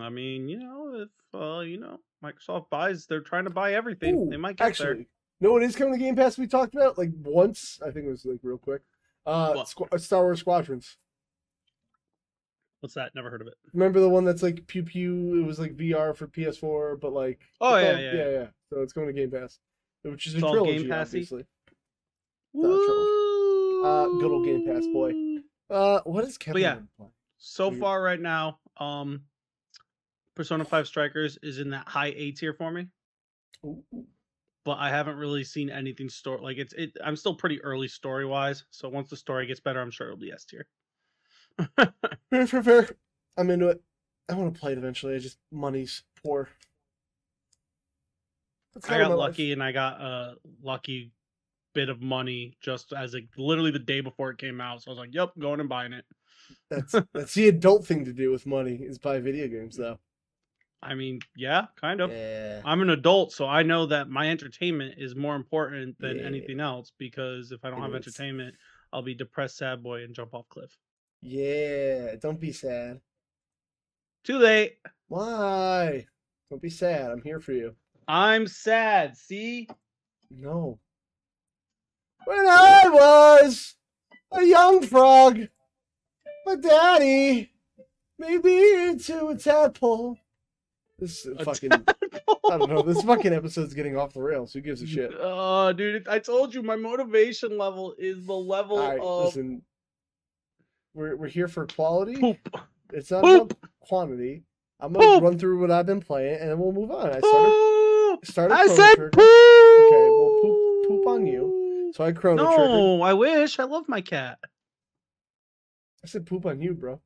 Speaker 2: i mean you know if uh you know microsoft buys they're trying to buy everything they
Speaker 1: Ooh,
Speaker 2: might get
Speaker 1: actually, no, it is coming to Game Pass. We talked about like once. I think it was like real quick. Uh,
Speaker 2: What?
Speaker 1: Squ- uh, Star Wars Squadrons.
Speaker 2: there what's that never heard of it
Speaker 1: Remember the one that's like pew pew? It was like VR for PS4, but like
Speaker 2: oh
Speaker 1: it's
Speaker 2: yeah
Speaker 1: all-
Speaker 2: yeah,
Speaker 1: yeah, So it's going to Game Pass, which is
Speaker 2: It's
Speaker 1: a
Speaker 2: all
Speaker 1: trilogy,
Speaker 2: Game Pass-y?
Speaker 1: obviously. not Uh, good old Game Pass, boy.
Speaker 2: Woo!
Speaker 1: Uh, what is Kevin?
Speaker 2: yeah.
Speaker 1: been playing?
Speaker 2: so
Speaker 1: Weird.
Speaker 2: far right now um persona 5 strikers is in that high a tier for me
Speaker 1: Ooh.
Speaker 2: but I haven't really seen anything story like it's it. I'm still pretty early story wise, so once the story gets better, I'm sure it'll be S tier.
Speaker 1: Fair, fair, fair. I'm into it. I want to play it eventually. I just money's poor. That's
Speaker 2: I
Speaker 1: kinda
Speaker 2: got
Speaker 1: my life.
Speaker 2: lucky and I got a lucky bit of money just as like literally the day before it came out, so I was like, "Yep, going and buying it."
Speaker 1: That's that's the adult thing to do with money is buy video games though.
Speaker 2: I mean, yeah, kind of.
Speaker 1: Yeah.
Speaker 2: I'm an adult, so I know that my entertainment is more important than
Speaker 1: Yeah.
Speaker 2: anything else because if I don't
Speaker 1: It
Speaker 2: have
Speaker 1: is.
Speaker 2: entertainment, I'll be depressed, sad boy, and jump off cliff.
Speaker 1: Yeah. Don't be sad.
Speaker 2: Too late.
Speaker 1: Why? Don't be sad. I'm here for you.
Speaker 2: I'm sad. See,
Speaker 1: No. When I was a young frog, my daddy made me into a tadpole. This
Speaker 2: A
Speaker 1: fucking I don't know. This fucking episode's getting off the rails. Who gives a shit?
Speaker 2: Oh, dude, it- I told you my motivation level is the level
Speaker 1: All right,
Speaker 2: of
Speaker 1: listen. We're we're here for quality.
Speaker 2: poop.
Speaker 1: It's not
Speaker 2: Poop.
Speaker 1: about quantity. I'm gonna
Speaker 2: Poop.
Speaker 1: run through what I've been playing, and then we'll move on. I started
Speaker 2: Poop.
Speaker 1: started.
Speaker 2: I
Speaker 1: Chrono
Speaker 2: said
Speaker 1: Trigger.
Speaker 2: poop.
Speaker 1: Okay, well, poop poop on you. So I chrono triggered.
Speaker 2: No, I wish. I love my cat.
Speaker 1: I said poop on you, bro.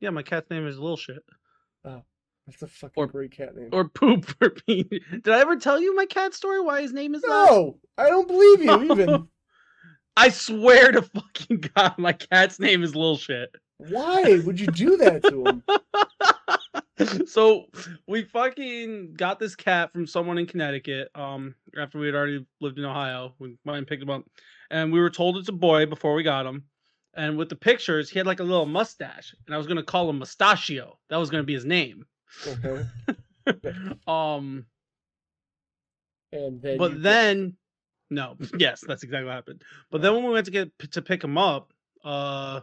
Speaker 2: Yeah, my cat's name is Little Shit.
Speaker 1: That's a fucking
Speaker 2: Or-
Speaker 1: great cat name.
Speaker 2: Or Poop for me. Did I ever tell you my cat story? Why his name is that?
Speaker 1: no, I don't believe you even.
Speaker 2: I swear to fucking God, my cat's name is Little Shit.
Speaker 1: Why would you do that to him?
Speaker 2: so we fucking got this cat from someone in Connecticut. Um, after we had already lived in Ohio, we went and picked him up, and we were told it's a boy before we got him. And with the pictures, he had like a little mustache, and I was gonna call him Mustachio. That was gonna be his name.
Speaker 1: Okay.
Speaker 2: Um,
Speaker 1: And then you
Speaker 2: but
Speaker 1: get-
Speaker 2: then, no, yes, that's exactly what happened. But then when we went to get p- to pick him up, uh,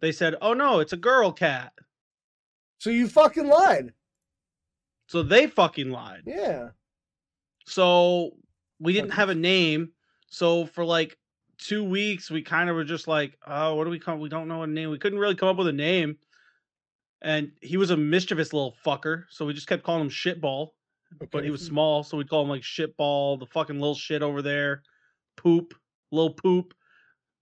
Speaker 2: they said, "Oh no, it's a girl cat."
Speaker 1: so you fucking lied.
Speaker 2: So they fucking lied.
Speaker 1: Yeah.
Speaker 2: So we didn't
Speaker 1: Okay.
Speaker 2: have a name. So for like two weeks, we kind of were just like, oh, what do we come? We don't know a name. We couldn't really come up with a name. And he was a mischievous little fucker. So we just kept calling him Shitball. But he was small. So we'd call him like Shitball, the fucking little shit over there, Poop, Little Poop.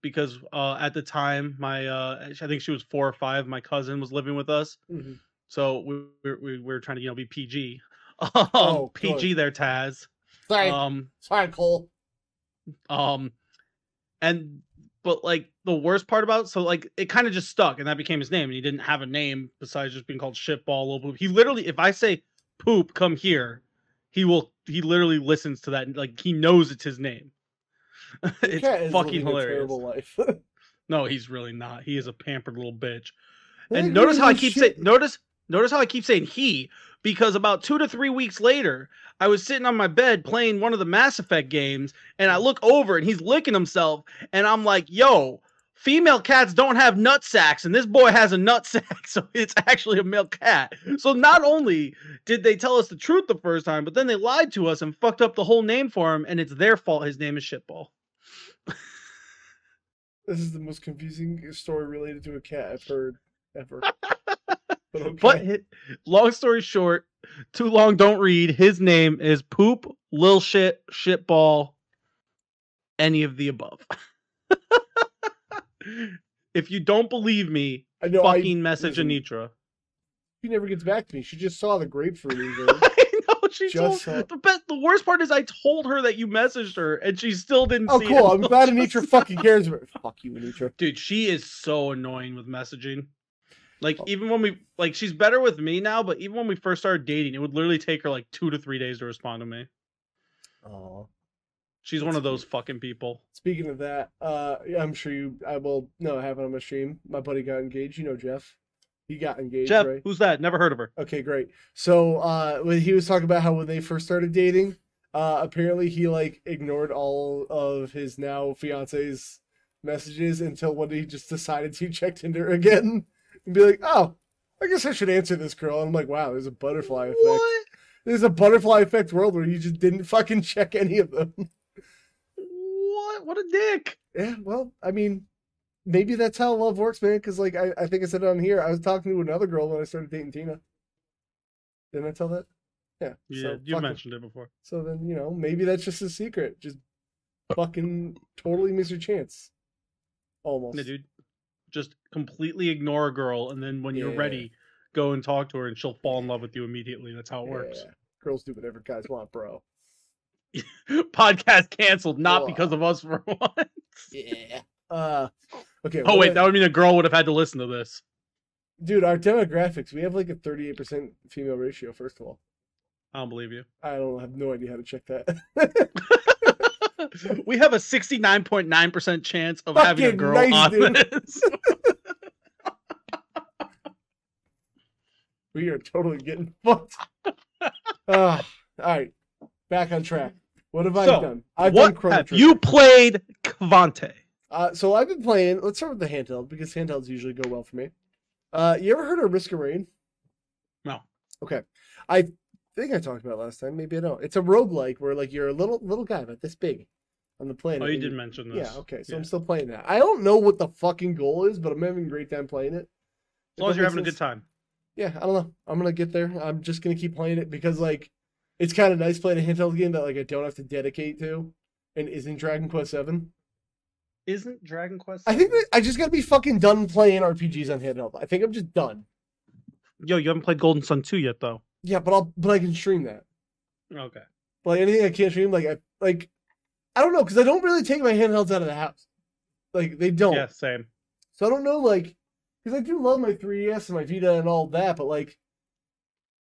Speaker 2: Because uh, at the time, my uh, I think she was four or five. My cousin was living with us.
Speaker 1: Mhm.
Speaker 2: So we, we, we were trying to, you know, be PG.
Speaker 1: Oh, good.
Speaker 2: PG there, Taz.
Speaker 1: Sorry,
Speaker 2: Um,
Speaker 1: sorry, Cole.
Speaker 2: um, and but like the worst part about so like it kind of just stuck, and that became his name, and he didn't have a name besides just being called shitball little poop. He literally, if I say poop, come here, he will. He literally listens to that, and like he knows it's his name.
Speaker 1: Your cat
Speaker 2: it's
Speaker 1: is
Speaker 2: fucking
Speaker 1: living a
Speaker 2: hilarious.
Speaker 1: terrible life.
Speaker 2: No, he's really not. He is a pampered little bitch.
Speaker 1: That
Speaker 2: And notice how I
Speaker 1: really
Speaker 2: keep saying
Speaker 1: shit-
Speaker 2: notice notice how I keep saying he because about 2 to 3 weeks later I was sitting on my bed playing one of the Mass Effect games and I look over and he's licking himself and I'm like, "Yo, female cats don't have nut sacks and this boy has a nut sack, so it's actually a male cat." So not only did they tell us the truth the first time, but then they lied to us and fucked up the whole name for him and it's their fault his name is shitball.
Speaker 1: This is the most confusing story related to a cat I've heard ever. but okay.
Speaker 2: But hi- long story short, too long don't read. His name is Poop, Lil Shit, Shitball, any of the above. if you don't believe me,
Speaker 1: I know I,
Speaker 2: fucking message
Speaker 1: listen.
Speaker 2: Anitra.
Speaker 1: she never gets back to me. She just saw the grapefruit. Either.
Speaker 2: I know she
Speaker 1: Just
Speaker 2: told
Speaker 1: that.
Speaker 2: the best, the worst part is I told her that you messaged her and she still didn't
Speaker 1: oh,
Speaker 2: see
Speaker 1: cool.
Speaker 2: it.
Speaker 1: I'm glad Anitra fucking cares about. Fuck you, Anitra.
Speaker 2: Dude, she is so annoying with messaging. Like
Speaker 1: Oh.
Speaker 2: even when we like she's better with me now, but even when we first started dating, it would literally take her like 2 to 3 days to respond to me.
Speaker 1: Oh.
Speaker 2: She's one
Speaker 1: That's
Speaker 2: of those fucking people.
Speaker 1: Speaking of that, uh, I'm sure you. I will. No, I have it on my stream. My buddy got engaged. You know Jeff. He got engaged,
Speaker 2: Jeff,
Speaker 1: right?
Speaker 2: who's that? Never heard of her.
Speaker 1: Okay, great. So uh when he was talking about how when they first started dating, uh apparently he like ignored all of his now fiance's messages until one day he just decided to check Tinder again and be like, Oh, I guess I should answer this girl. And I'm like, wow, there's a butterfly effect.
Speaker 2: What?
Speaker 1: There's a butterfly effect world where you just didn't fucking check any of them.
Speaker 2: What? What a dick.
Speaker 1: Yeah, well, I mean, maybe that's how love works, man, because like I, I think I said it on here. I was talking to another girl when I started dating Tina. Didn't I tell that? Yeah.
Speaker 2: Yeah,
Speaker 1: so
Speaker 2: you
Speaker 1: fucking-
Speaker 2: mentioned it before.
Speaker 1: So then, you know, maybe that's just a secret. Just fucking totally miss your chance. Almost.
Speaker 2: Yeah, dude. Just completely ignore a girl, and then when you're
Speaker 1: Yeah.
Speaker 2: ready, go and talk to her, and she'll fall in love with you immediately. That's how it works.
Speaker 1: Yeah. Girls do whatever guys want, bro.
Speaker 2: Podcast canceled, not
Speaker 1: Wow.
Speaker 2: because of us for once.
Speaker 1: Yeah. Uh okay.
Speaker 2: Oh
Speaker 1: what
Speaker 2: wait,
Speaker 1: I-
Speaker 2: that would mean a girl would have had to listen to this.
Speaker 1: dude, our demographics, we have like a thirty eight percent female ratio, first of all.
Speaker 2: I don't believe you.
Speaker 1: I don't have no idea how to check that.
Speaker 2: we have a 69.9% chance of having a
Speaker 1: Fucking
Speaker 2: girl
Speaker 1: nice,
Speaker 2: on
Speaker 1: dude.
Speaker 2: this.
Speaker 1: we are totally getting fucked. Ah, all right. Back on track. What have I
Speaker 2: So,
Speaker 1: done? I've done
Speaker 2: what
Speaker 1: Chrono
Speaker 2: have
Speaker 1: Trigger.
Speaker 2: you played Kvante?
Speaker 1: Uh, so I've been playing. Let's start with the handheld because handhelds usually go well for me. Uh, you ever heard of Risk of Rain?
Speaker 2: No.
Speaker 1: Okay, I think I talked about it last time. Maybe I don't. It's a roguelike where like you're a little little guy about this big on the planet.
Speaker 2: Oh, you
Speaker 1: and
Speaker 2: did mention this.
Speaker 1: Yeah. Okay. So
Speaker 2: Yeah.
Speaker 1: I'm still playing that. I don't know what the fucking goal is, but I'm having a great time playing it.
Speaker 2: As long as you're having a good time.
Speaker 1: Yeah, I don't know. I'm gonna get there. I'm just gonna keep playing it because like it's kind of nice playing a handheld game that like I don't have to dedicate to, And isn't Dragon Quest Seven?
Speaker 2: Isn't Dragon Quest?
Speaker 1: I think
Speaker 2: VII-
Speaker 1: that I just gotta be fucking done playing RPGs on handheld. I think I'm just done.
Speaker 2: Yo, you haven't played Golden Sun two yet though.
Speaker 1: Yeah, but I'll but I can stream that.
Speaker 2: Okay.
Speaker 1: Like anything I can't stream, like I like I don't know because I don't really take my handhelds out of the house. Like they don't.
Speaker 2: Yeah, same.
Speaker 1: So I don't know, like, because I do love my 3DS and my Vita and all that, but like,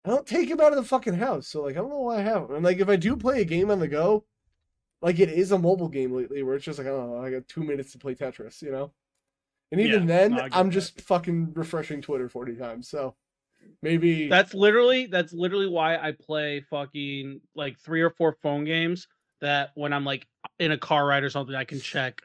Speaker 1: I don't take them out of the fucking house. So like, I don't know why I have them. And like, if I do play a game on the go, like it is a mobile game lately where it's just like, I don't know, I got two minutes to play Tetris, you know. And even
Speaker 2: Yeah,
Speaker 1: then,
Speaker 2: no, I get
Speaker 1: I'm
Speaker 2: that.
Speaker 1: just fucking refreshing Twitter 40 times. So maybe
Speaker 2: That's literally that's literally why I play fucking like three or four phone games that when I'm like in a car ride or something I can check,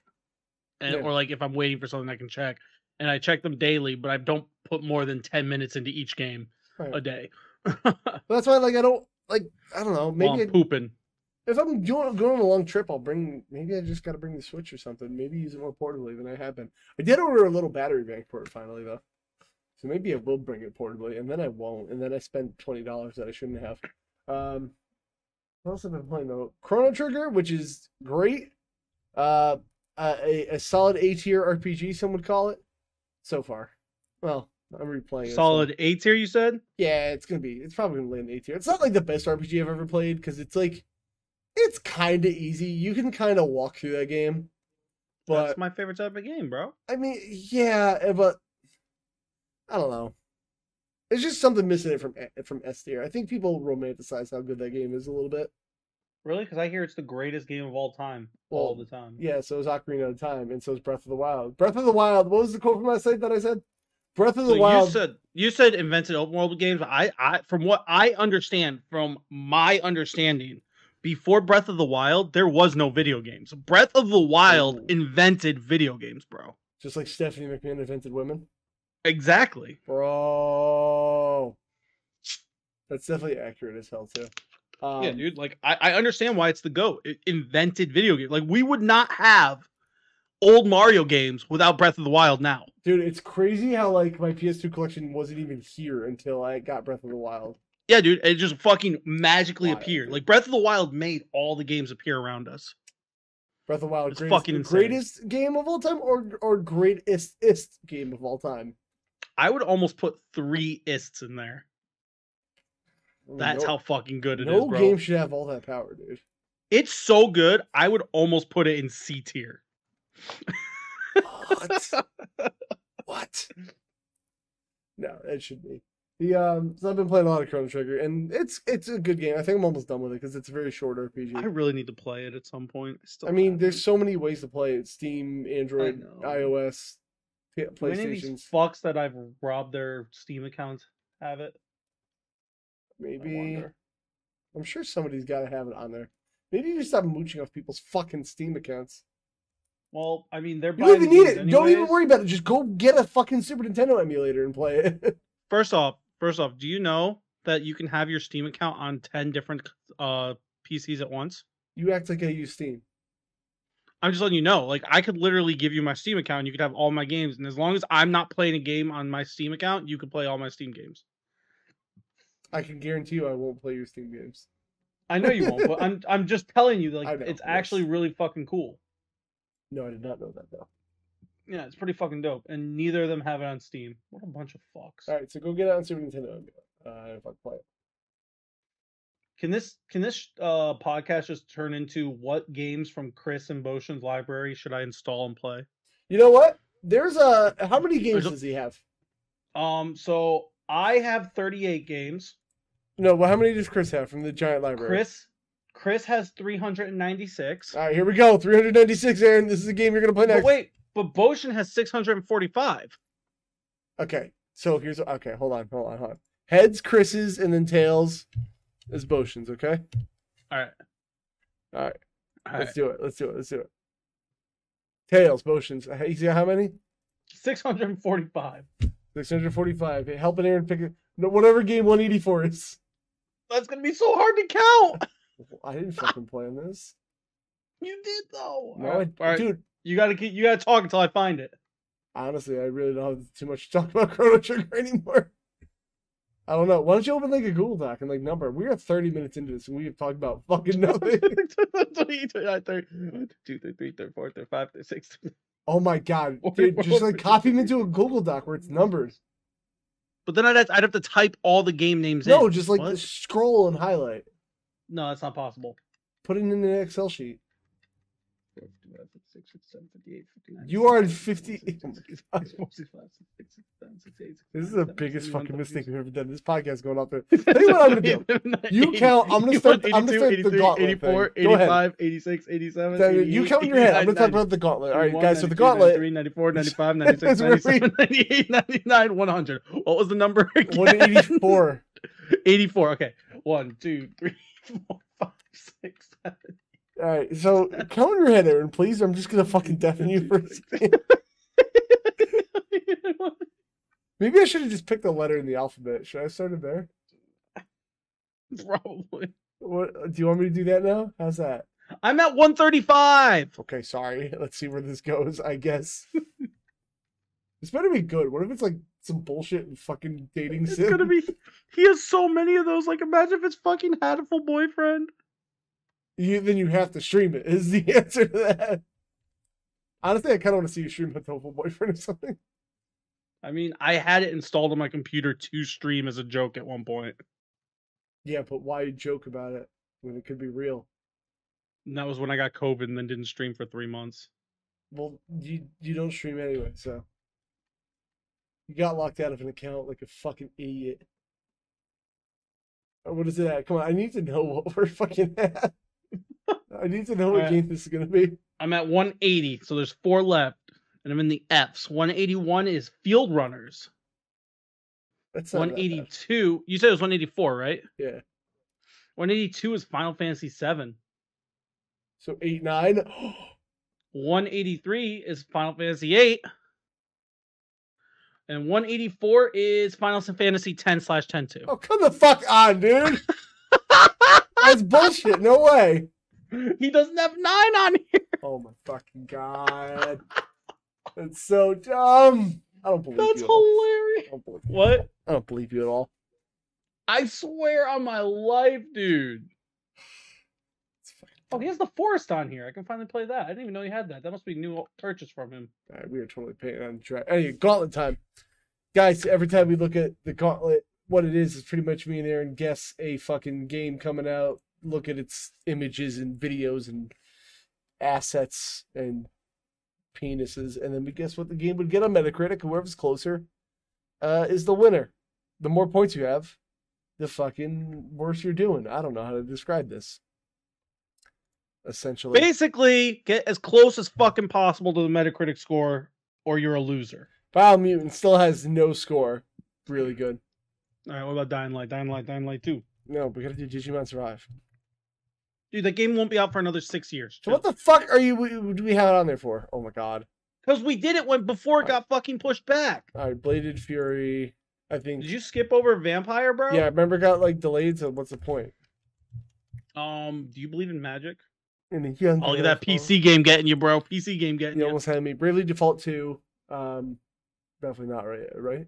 Speaker 2: and
Speaker 1: Yeah.
Speaker 2: or like if I'm waiting for something I can check, and I check them daily, but I don't put more than ten minutes into each game
Speaker 1: Right.
Speaker 2: a day.
Speaker 1: but that's why, like, I don't like, I don't know,
Speaker 2: While
Speaker 1: maybe
Speaker 2: I'm
Speaker 1: I-
Speaker 2: pooping.
Speaker 1: if I'm doing, going on a long trip, I'll bring. Maybe I just got to bring the Switch or something. Maybe use it more portably than I have been. I did order a little battery bank for it finally though, so maybe I will bring it portably, and then I won't, and then I spend twenty dollars that I shouldn't have. Um, what else have I been playing though? Chrono Trigger, which is great. Uh, a, a solid A tier RPG, some would call it. So far, well, I'm replaying. it, so-
Speaker 2: Solid A tier, you said?
Speaker 1: yeah, it's gonna be. It's probably gonna land A tier. It's not like the best RPG I've ever played because it's like, it's kind of easy. You can kind of walk through that game, but
Speaker 2: That's my favorite type of game, bro.
Speaker 1: I mean, yeah, eh, but I don't know. It's just something missing it from A- from S tier. I think people romanticize how good that game is a little bit.
Speaker 2: Really? Because I hear it's the greatest game of all time. all
Speaker 1: Well,
Speaker 2: the time.
Speaker 1: Yeah, so is Ocarina of Time, and so is Breath of the Wild. Breath of the Wild. What was the quote from last night that I said? Breath of the
Speaker 2: So
Speaker 1: Wild.
Speaker 2: you said you said invented open world games. but I, I from what I understand, from my understanding, before Breath of the Wild, there was no video games. Breath of the Wild
Speaker 1: Ooh.
Speaker 2: invented video games, bro.
Speaker 1: just like Stephanie McMahon invented women.
Speaker 2: Exactly.
Speaker 1: Bro. That's definitely accurate as hell too. Um,
Speaker 2: yeah, dude. Like I, I understand why it's the goat. It invented video games. Like we would not have old Mario games without Breath of the Wild now.
Speaker 1: Dude, it's crazy how like my PS2 collection wasn't even here until I got Breath of the Wild.
Speaker 2: Yeah, dude. It just fucking magically
Speaker 1: Wild,
Speaker 2: appeared.
Speaker 1: dude.
Speaker 2: Like Breath of the Wild made all the games appear around us.
Speaker 1: Breath of the Wild,
Speaker 2: It's
Speaker 1: greatest,
Speaker 2: fucking insane.
Speaker 1: greatest game of all time, or or greatest ist game of all time.
Speaker 2: I would almost put three ists in there. That's
Speaker 1: no,
Speaker 2: how fucking good it is,
Speaker 1: no
Speaker 2: bro.
Speaker 1: game should have all that power, dude.
Speaker 2: It's so good. I would almost put it in C tier.
Speaker 1: What? what? No, it should be. The um, so I've been playing a lot of Chrono Trigger, and it's it's a good game. I think I'm almost done with it because it's a very short RPG.
Speaker 2: I really need to play it at some point. I, still
Speaker 1: I mean,
Speaker 2: haven't.
Speaker 1: there's so many ways to play it: Steam, Android,
Speaker 2: know.
Speaker 1: iOS, P-
Speaker 2: Do any of these
Speaker 1: PlayStation.
Speaker 2: fucks that I've robbed their Steam accounts have it. I
Speaker 1: Maybe
Speaker 2: wonder.
Speaker 1: I'm sure somebody's got to have it on there. Maybe you just stop mooching off people's fucking Steam accounts.
Speaker 2: Well, I mean, they're
Speaker 1: You don't
Speaker 2: buying
Speaker 1: even
Speaker 2: the
Speaker 1: need it.
Speaker 2: games
Speaker 1: Don't even
Speaker 2: anyways.
Speaker 1: worry about it. Just go get a fucking Super Nintendo emulator and play it.
Speaker 2: First off, first off, do you know that you can have your Steam account on ten different uh PCs at once?
Speaker 1: you act like I use Steam.
Speaker 2: I'm just letting you know. Like, I could literally give you my Steam account. And you could have all my games, and as long as I'm not playing a game on my Steam account, you could play all my Steam games.
Speaker 1: I can guarantee you, I won't play your Steam games.
Speaker 2: I know you won't, but I'm I'm just telling you,
Speaker 1: I
Speaker 2: like
Speaker 1: know,
Speaker 2: it's
Speaker 1: yes.
Speaker 2: actually really fucking cool.
Speaker 1: No, I did not know that though.
Speaker 2: Yeah, it's pretty fucking dope. And neither of them have it on Steam. What a bunch of fucks.
Speaker 1: All right, so go get it on Super Nintendo emulator. Uh, if I play it,
Speaker 2: Can this can this uh podcast just turn into what games from Chris and Boshin's library should I install and play?
Speaker 1: you know what? There's a how many games
Speaker 2: There's a-
Speaker 1: does he have?
Speaker 2: Um, so I have 38 games.
Speaker 1: No, well, how many does Chris have from the giant library?
Speaker 2: Chris Chris has 396.
Speaker 1: All right, here we go. 396, Aaron. This is a game you're going to play
Speaker 2: But
Speaker 1: next.
Speaker 2: wait, but Boshin has 645.
Speaker 1: Okay, so here's. Okay, hold on, hold on, hold on. Heads, Chris's, and then tails is Boshin's, okay?
Speaker 2: All right.
Speaker 1: All right.
Speaker 2: All
Speaker 1: Let's
Speaker 2: right.
Speaker 1: do it. Let's do it. Let's do it. Tails, Boshin's. Hey, You see how many?
Speaker 2: 645.
Speaker 1: 645. Hey, helping Aaron pick it. No, whatever game 184 is.
Speaker 2: That's gonna be so hard to count.
Speaker 1: I didn't fucking play on this.
Speaker 2: You did though.
Speaker 1: No, I,
Speaker 2: Alright, alright,
Speaker 1: dude.
Speaker 2: You gotta keep. You gotta talk until I find it.
Speaker 1: Honestly, I really don't have too much to talk about Chrono Trigger anymore. I don't know. Why don't you open like a Google Doc and like number? We are 30 minutes into this and we have talked about fucking nothing. oh my god, dude! Just like copy them into a Google Doc where it's numbered.
Speaker 2: But then I'd have, I'd have to type all the game names in.
Speaker 1: No, just like
Speaker 2: What?
Speaker 1: scroll and highlight.
Speaker 2: No, that's not possible.
Speaker 1: Put it in an Excel sheet. You are in 50 This is the biggest fucking mistake we've ever done. This podcast is going off there. Tell you what I'm gonna do. You count. I'm gonna start. I'm gonna start the gauntlet.
Speaker 2: 84,
Speaker 1: thing. Go ahead.
Speaker 2: 85, 86, 87.
Speaker 1: So you count in your head. I'm gonna talk about the gauntlet. All right, guys. So the gauntlet.
Speaker 2: 94, 95, 96,
Speaker 1: That's where we-
Speaker 2: 97, 98, 99, 100. What was the number? Again?
Speaker 1: 184.
Speaker 2: 84. Okay. One, two, three, four, five, six, seven.
Speaker 1: All right. So count in your head, Aaron. Please. I'm just gonna fucking deafen you for. a second. Maybe I should have just picked a letter in the alphabet. Should I have started there?
Speaker 2: Probably.
Speaker 1: What? Do you want me to do that now? How's that?
Speaker 2: I'm at 135.
Speaker 1: Okay. Sorry. Let's see where this goes. I guess. This better be good. What if it's like some bullshit and fucking dating
Speaker 2: It's
Speaker 1: sim?
Speaker 2: gonna be. He has so many of those. Like, imagine if it's fucking hatful boyfriend.
Speaker 1: you then you have to stream it is the answer to that honestly i kind of want to see you stream with hopeful boyfriend or something
Speaker 2: I mean, I had it installed on my computer to stream as a joke at one point,
Speaker 1: yeah but why joke about it when it could be real
Speaker 2: and that was when I got COVID and then didn't stream for three months.
Speaker 1: well you you don't stream anyway so you got locked out of an account like a fucking idiot Uh, what is it at? come on i need to know what we're fucking at i need to know what
Speaker 2: Alright.
Speaker 1: game this is gonna be
Speaker 2: I'm at 180, so there's four left, and I'm in the Fs. 181 is Field Runners.
Speaker 1: that's not that bad.
Speaker 2: 182. You said it was 184, right?
Speaker 1: Yeah.
Speaker 2: 182 is Final Fantasy 7.
Speaker 1: so eight nine
Speaker 2: 183 is Final Fantasy 8. And 184 is Final Fantasy 10 slash 10 2.
Speaker 1: oh come the fuck on dude that's bullshit no way
Speaker 2: He doesn't have 9 on here.
Speaker 1: Oh my fucking god. That's so dumb. I don't believe
Speaker 2: That's
Speaker 1: you. at all.
Speaker 2: hilarious.
Speaker 1: I don't believe,
Speaker 2: What?
Speaker 1: I don't believe you at all.
Speaker 2: I swear on my life, dude.
Speaker 1: It's fucking
Speaker 2: Oh, he has the forest on here. I can finally play that. I didn't even know he had that. That must be new purchase from him.
Speaker 1: all right, we are totally paying on track. Anyway, gauntlet time. Guys, every time we look at the gauntlet, what it is is pretty much me and Aaron guess a fucking game coming out, look at its images and videos and assets and penises, and then we guess what the game would get on Metacritic. Whoever's closer uh, is the winner. The more points you have, the fucking worse you're doing. I don't know how to describe this. Essentially,
Speaker 2: Basically, get as close as fucking possible to the Metacritic score, or you're a loser.
Speaker 1: Bio Mutant still has no score. Really good.
Speaker 2: All right, what about Dying Light? Dying Light, Dying Light 2.
Speaker 1: No, we gotta do Digimon Survive.
Speaker 2: Dude, that game won't be out for another six years.
Speaker 1: So what the fuck are you? w- Do we have it on there for? Oh my god!
Speaker 2: Because we did it when before it got fucking pushed back.
Speaker 1: All right, Bladed Fury. I think.
Speaker 2: Did you skip over Vampire, bro?
Speaker 1: yeah, I remember it got like delayed. So what's the point?
Speaker 2: Um, do you believe in magic?
Speaker 1: And the young.
Speaker 2: Oh, look at
Speaker 1: girls
Speaker 2: that
Speaker 1: fall.
Speaker 2: PC game getting you, bro. PC game getting
Speaker 1: You
Speaker 2: you.
Speaker 1: almost had me. Bravely Default two. Um, definitely not right. Right.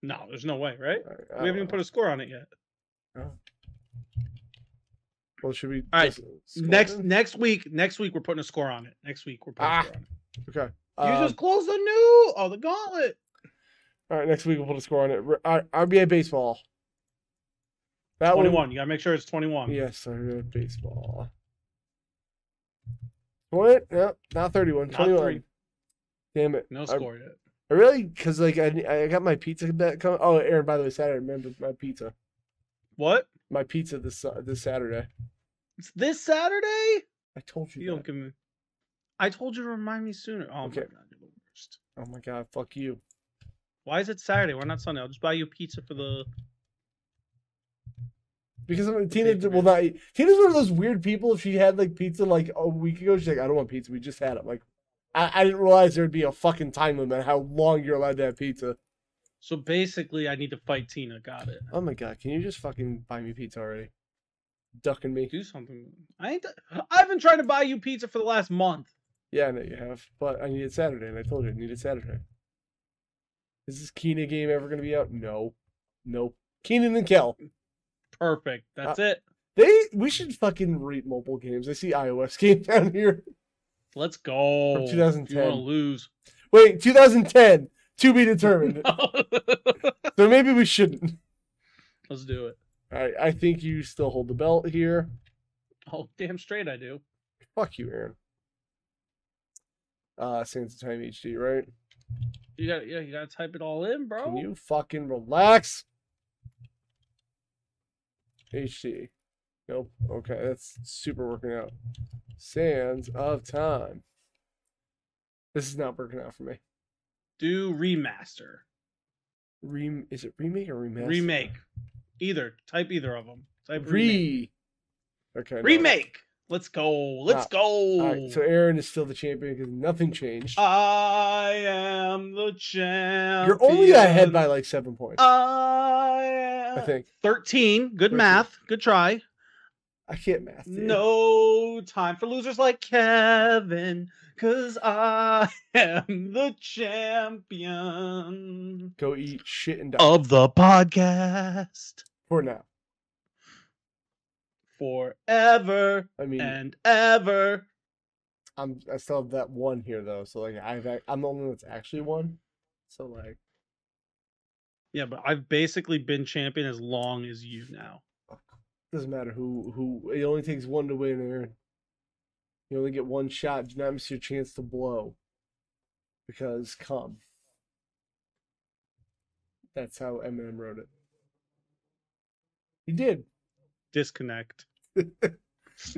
Speaker 2: No, there's no way, right?
Speaker 1: All right, uh, I
Speaker 2: We haven't
Speaker 1: don't
Speaker 2: even put a score on it yet.
Speaker 1: know. Oh. Well, should we?
Speaker 2: All right,
Speaker 1: just score
Speaker 2: next
Speaker 1: then?
Speaker 2: next week, next week we're putting a score on it. Next week we're putting
Speaker 1: Ah.
Speaker 2: a score on it.
Speaker 1: Okay.
Speaker 2: You
Speaker 1: Um,
Speaker 2: just closed the new oh the gauntlet.
Speaker 1: All right. Next week we'll put a score on it. R- R- RBA baseball. That
Speaker 2: Twenty
Speaker 1: one.
Speaker 2: one. You gotta make sure it's twenty one.
Speaker 1: Yes, I heard baseball. What? Yep, not 31,
Speaker 2: Not
Speaker 1: 21.
Speaker 2: three.
Speaker 1: Damn it.
Speaker 2: No
Speaker 1: I-
Speaker 2: score yet.
Speaker 1: I, really, because like I, I got my pizza that coming. Oh, Aaron, by the way, Saturday. Remember my pizza.
Speaker 2: What?
Speaker 1: My pizza this Sa- this Saturday.
Speaker 2: It's this Saturday?
Speaker 1: I told you.
Speaker 2: You don't
Speaker 1: that.
Speaker 2: give me I told you to remind me sooner. Oh
Speaker 1: Okay.
Speaker 2: my god, you're the worst.
Speaker 1: Oh my god, fuck you.
Speaker 2: Why is it Saturday? Why not Sunday? I'll just buy you pizza for the
Speaker 1: Because I'm, Tina
Speaker 2: pizza
Speaker 1: d- will not eat. Tina's one of those weird people. If she had like pizza like a week ago, she's like, I don't want pizza. We just had it. Like, I, I didn't realize there'd be a fucking time limit on how long you're allowed to have pizza.
Speaker 2: So basically I need to fight Tina, got it.
Speaker 1: Oh my god, can you just fucking buy me pizza already? Ducking me.
Speaker 2: Do something. I ain't I've been trying to buy you pizza for the last month.
Speaker 1: Yeah, I know you have, but I need it Saturday, and I told you I need it Saturday. Is this Kena game ever going to be out? No. Nope. Keenan and Kel.
Speaker 2: Perfect. That's
Speaker 1: Uh,
Speaker 2: it.
Speaker 1: They we should fucking rate mobile games. I see iOS game down here.
Speaker 2: Let's go.
Speaker 1: From 2010.
Speaker 2: You want to lose?
Speaker 1: Wait, 2010 to be determined. so maybe we shouldn't.
Speaker 2: Let's do it.
Speaker 1: All right, I think you still hold the belt here.
Speaker 2: Oh, damn straight I do.
Speaker 1: Fuck you, Aaron. Uh, Sands of Time HD, right?
Speaker 2: You got yeah. You got to type it all in, bro.
Speaker 1: Can you fucking relax? HD. Nope. Okay, that's super working out. Sands of Time. This is not working out for me.
Speaker 2: Do remaster,
Speaker 1: Rem- is it remake or remaster?
Speaker 2: remake, either. Type either of them. Type remake.
Speaker 1: Re. Okay. no.
Speaker 2: remake. Let's go. Let's
Speaker 1: Ah,
Speaker 2: go.
Speaker 1: All right, so Aaron is still the champion because nothing changed.
Speaker 2: Uh, I am the champion.
Speaker 1: You're only ahead by like seven
Speaker 2: Uh,
Speaker 1: points.
Speaker 2: I am.
Speaker 1: I think.
Speaker 2: 13. Good
Speaker 1: 13.
Speaker 2: math. Good try.
Speaker 1: I can't math. dude.
Speaker 2: No time for losers like Kevin, because I am the champion
Speaker 1: Go eat shit and die.
Speaker 2: of the podcast
Speaker 1: For now.
Speaker 2: forever
Speaker 1: I mean,
Speaker 2: and ever.
Speaker 1: I'm I still have that one here though. So like I've ac- I'm the only one that's actually won. So like
Speaker 2: Yeah, but I've basically been champion as long as you now.
Speaker 1: doesn't matter who who it only takes one to win, Aaron. You only get one shot. Do not miss your chance to blow. Because come. That's how Eminem wrote it. He did.
Speaker 2: Disconnect.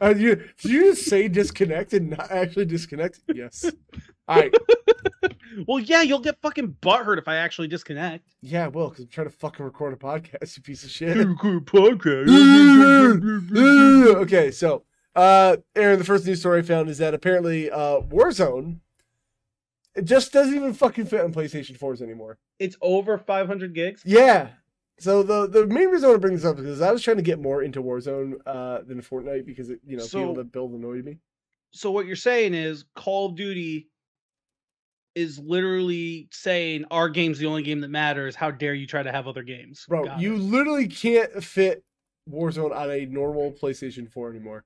Speaker 1: Uh, you, did you just say disconnect and not actually disconnect? Yes. All right.
Speaker 2: Well, yeah, you'll get fucking butthurt if I actually disconnect.
Speaker 1: Yeah, I will, because I'm trying to fucking record a podcast, you piece of shit.
Speaker 2: podcast.
Speaker 1: okay, so, uh, Aaron, the first news story I found is that apparently uh, Warzone it just doesn't even fucking fit on PlayStation 4s anymore.
Speaker 2: It's over 500 gigs.
Speaker 1: Yeah. So the the main reason I want to bring this up is because I was trying to get more into Warzone uh, than Fortnite because it, you know
Speaker 2: So-
Speaker 1: people that build annoyed me.
Speaker 2: so what you're saying is Call of Duty is literally saying our game's the only game that matters. How dare you try to have other games?
Speaker 1: Bro,
Speaker 2: Got
Speaker 1: you
Speaker 2: it.
Speaker 1: literally can't fit Warzone on a normal PlayStation 4 anymore.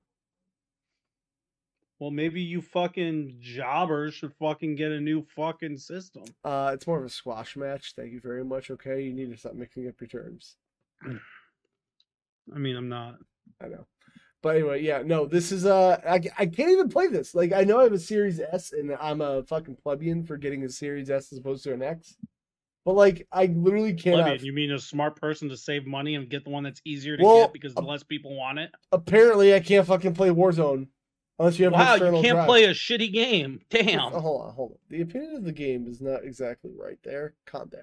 Speaker 2: Well, maybe you fucking jobbers should fucking get a new fucking system.
Speaker 1: Uh, it's more of a squash match. Thank you very much. Okay, you need to stop mixing up your terms.
Speaker 2: I mean, I'm not.
Speaker 1: I know. But anyway, yeah, no, this is uh I, I can't even play this. Like I know I have a Series S and I'm a fucking plebeian for getting a Series S as opposed to an X. But like I literally cannot
Speaker 2: Plebeian. You mean a smart person to save money and get the one that's easier to
Speaker 1: Well,
Speaker 2: get because
Speaker 1: uh,
Speaker 2: less people want it?
Speaker 1: apparently I can't fucking play Warzone unless you have an
Speaker 2: Wow, you
Speaker 1: external
Speaker 2: can't
Speaker 1: drive.
Speaker 2: play a shitty game. Damn.
Speaker 1: Oh, hold on, hold on. The opinion of the game is not exactly right there. Calm down.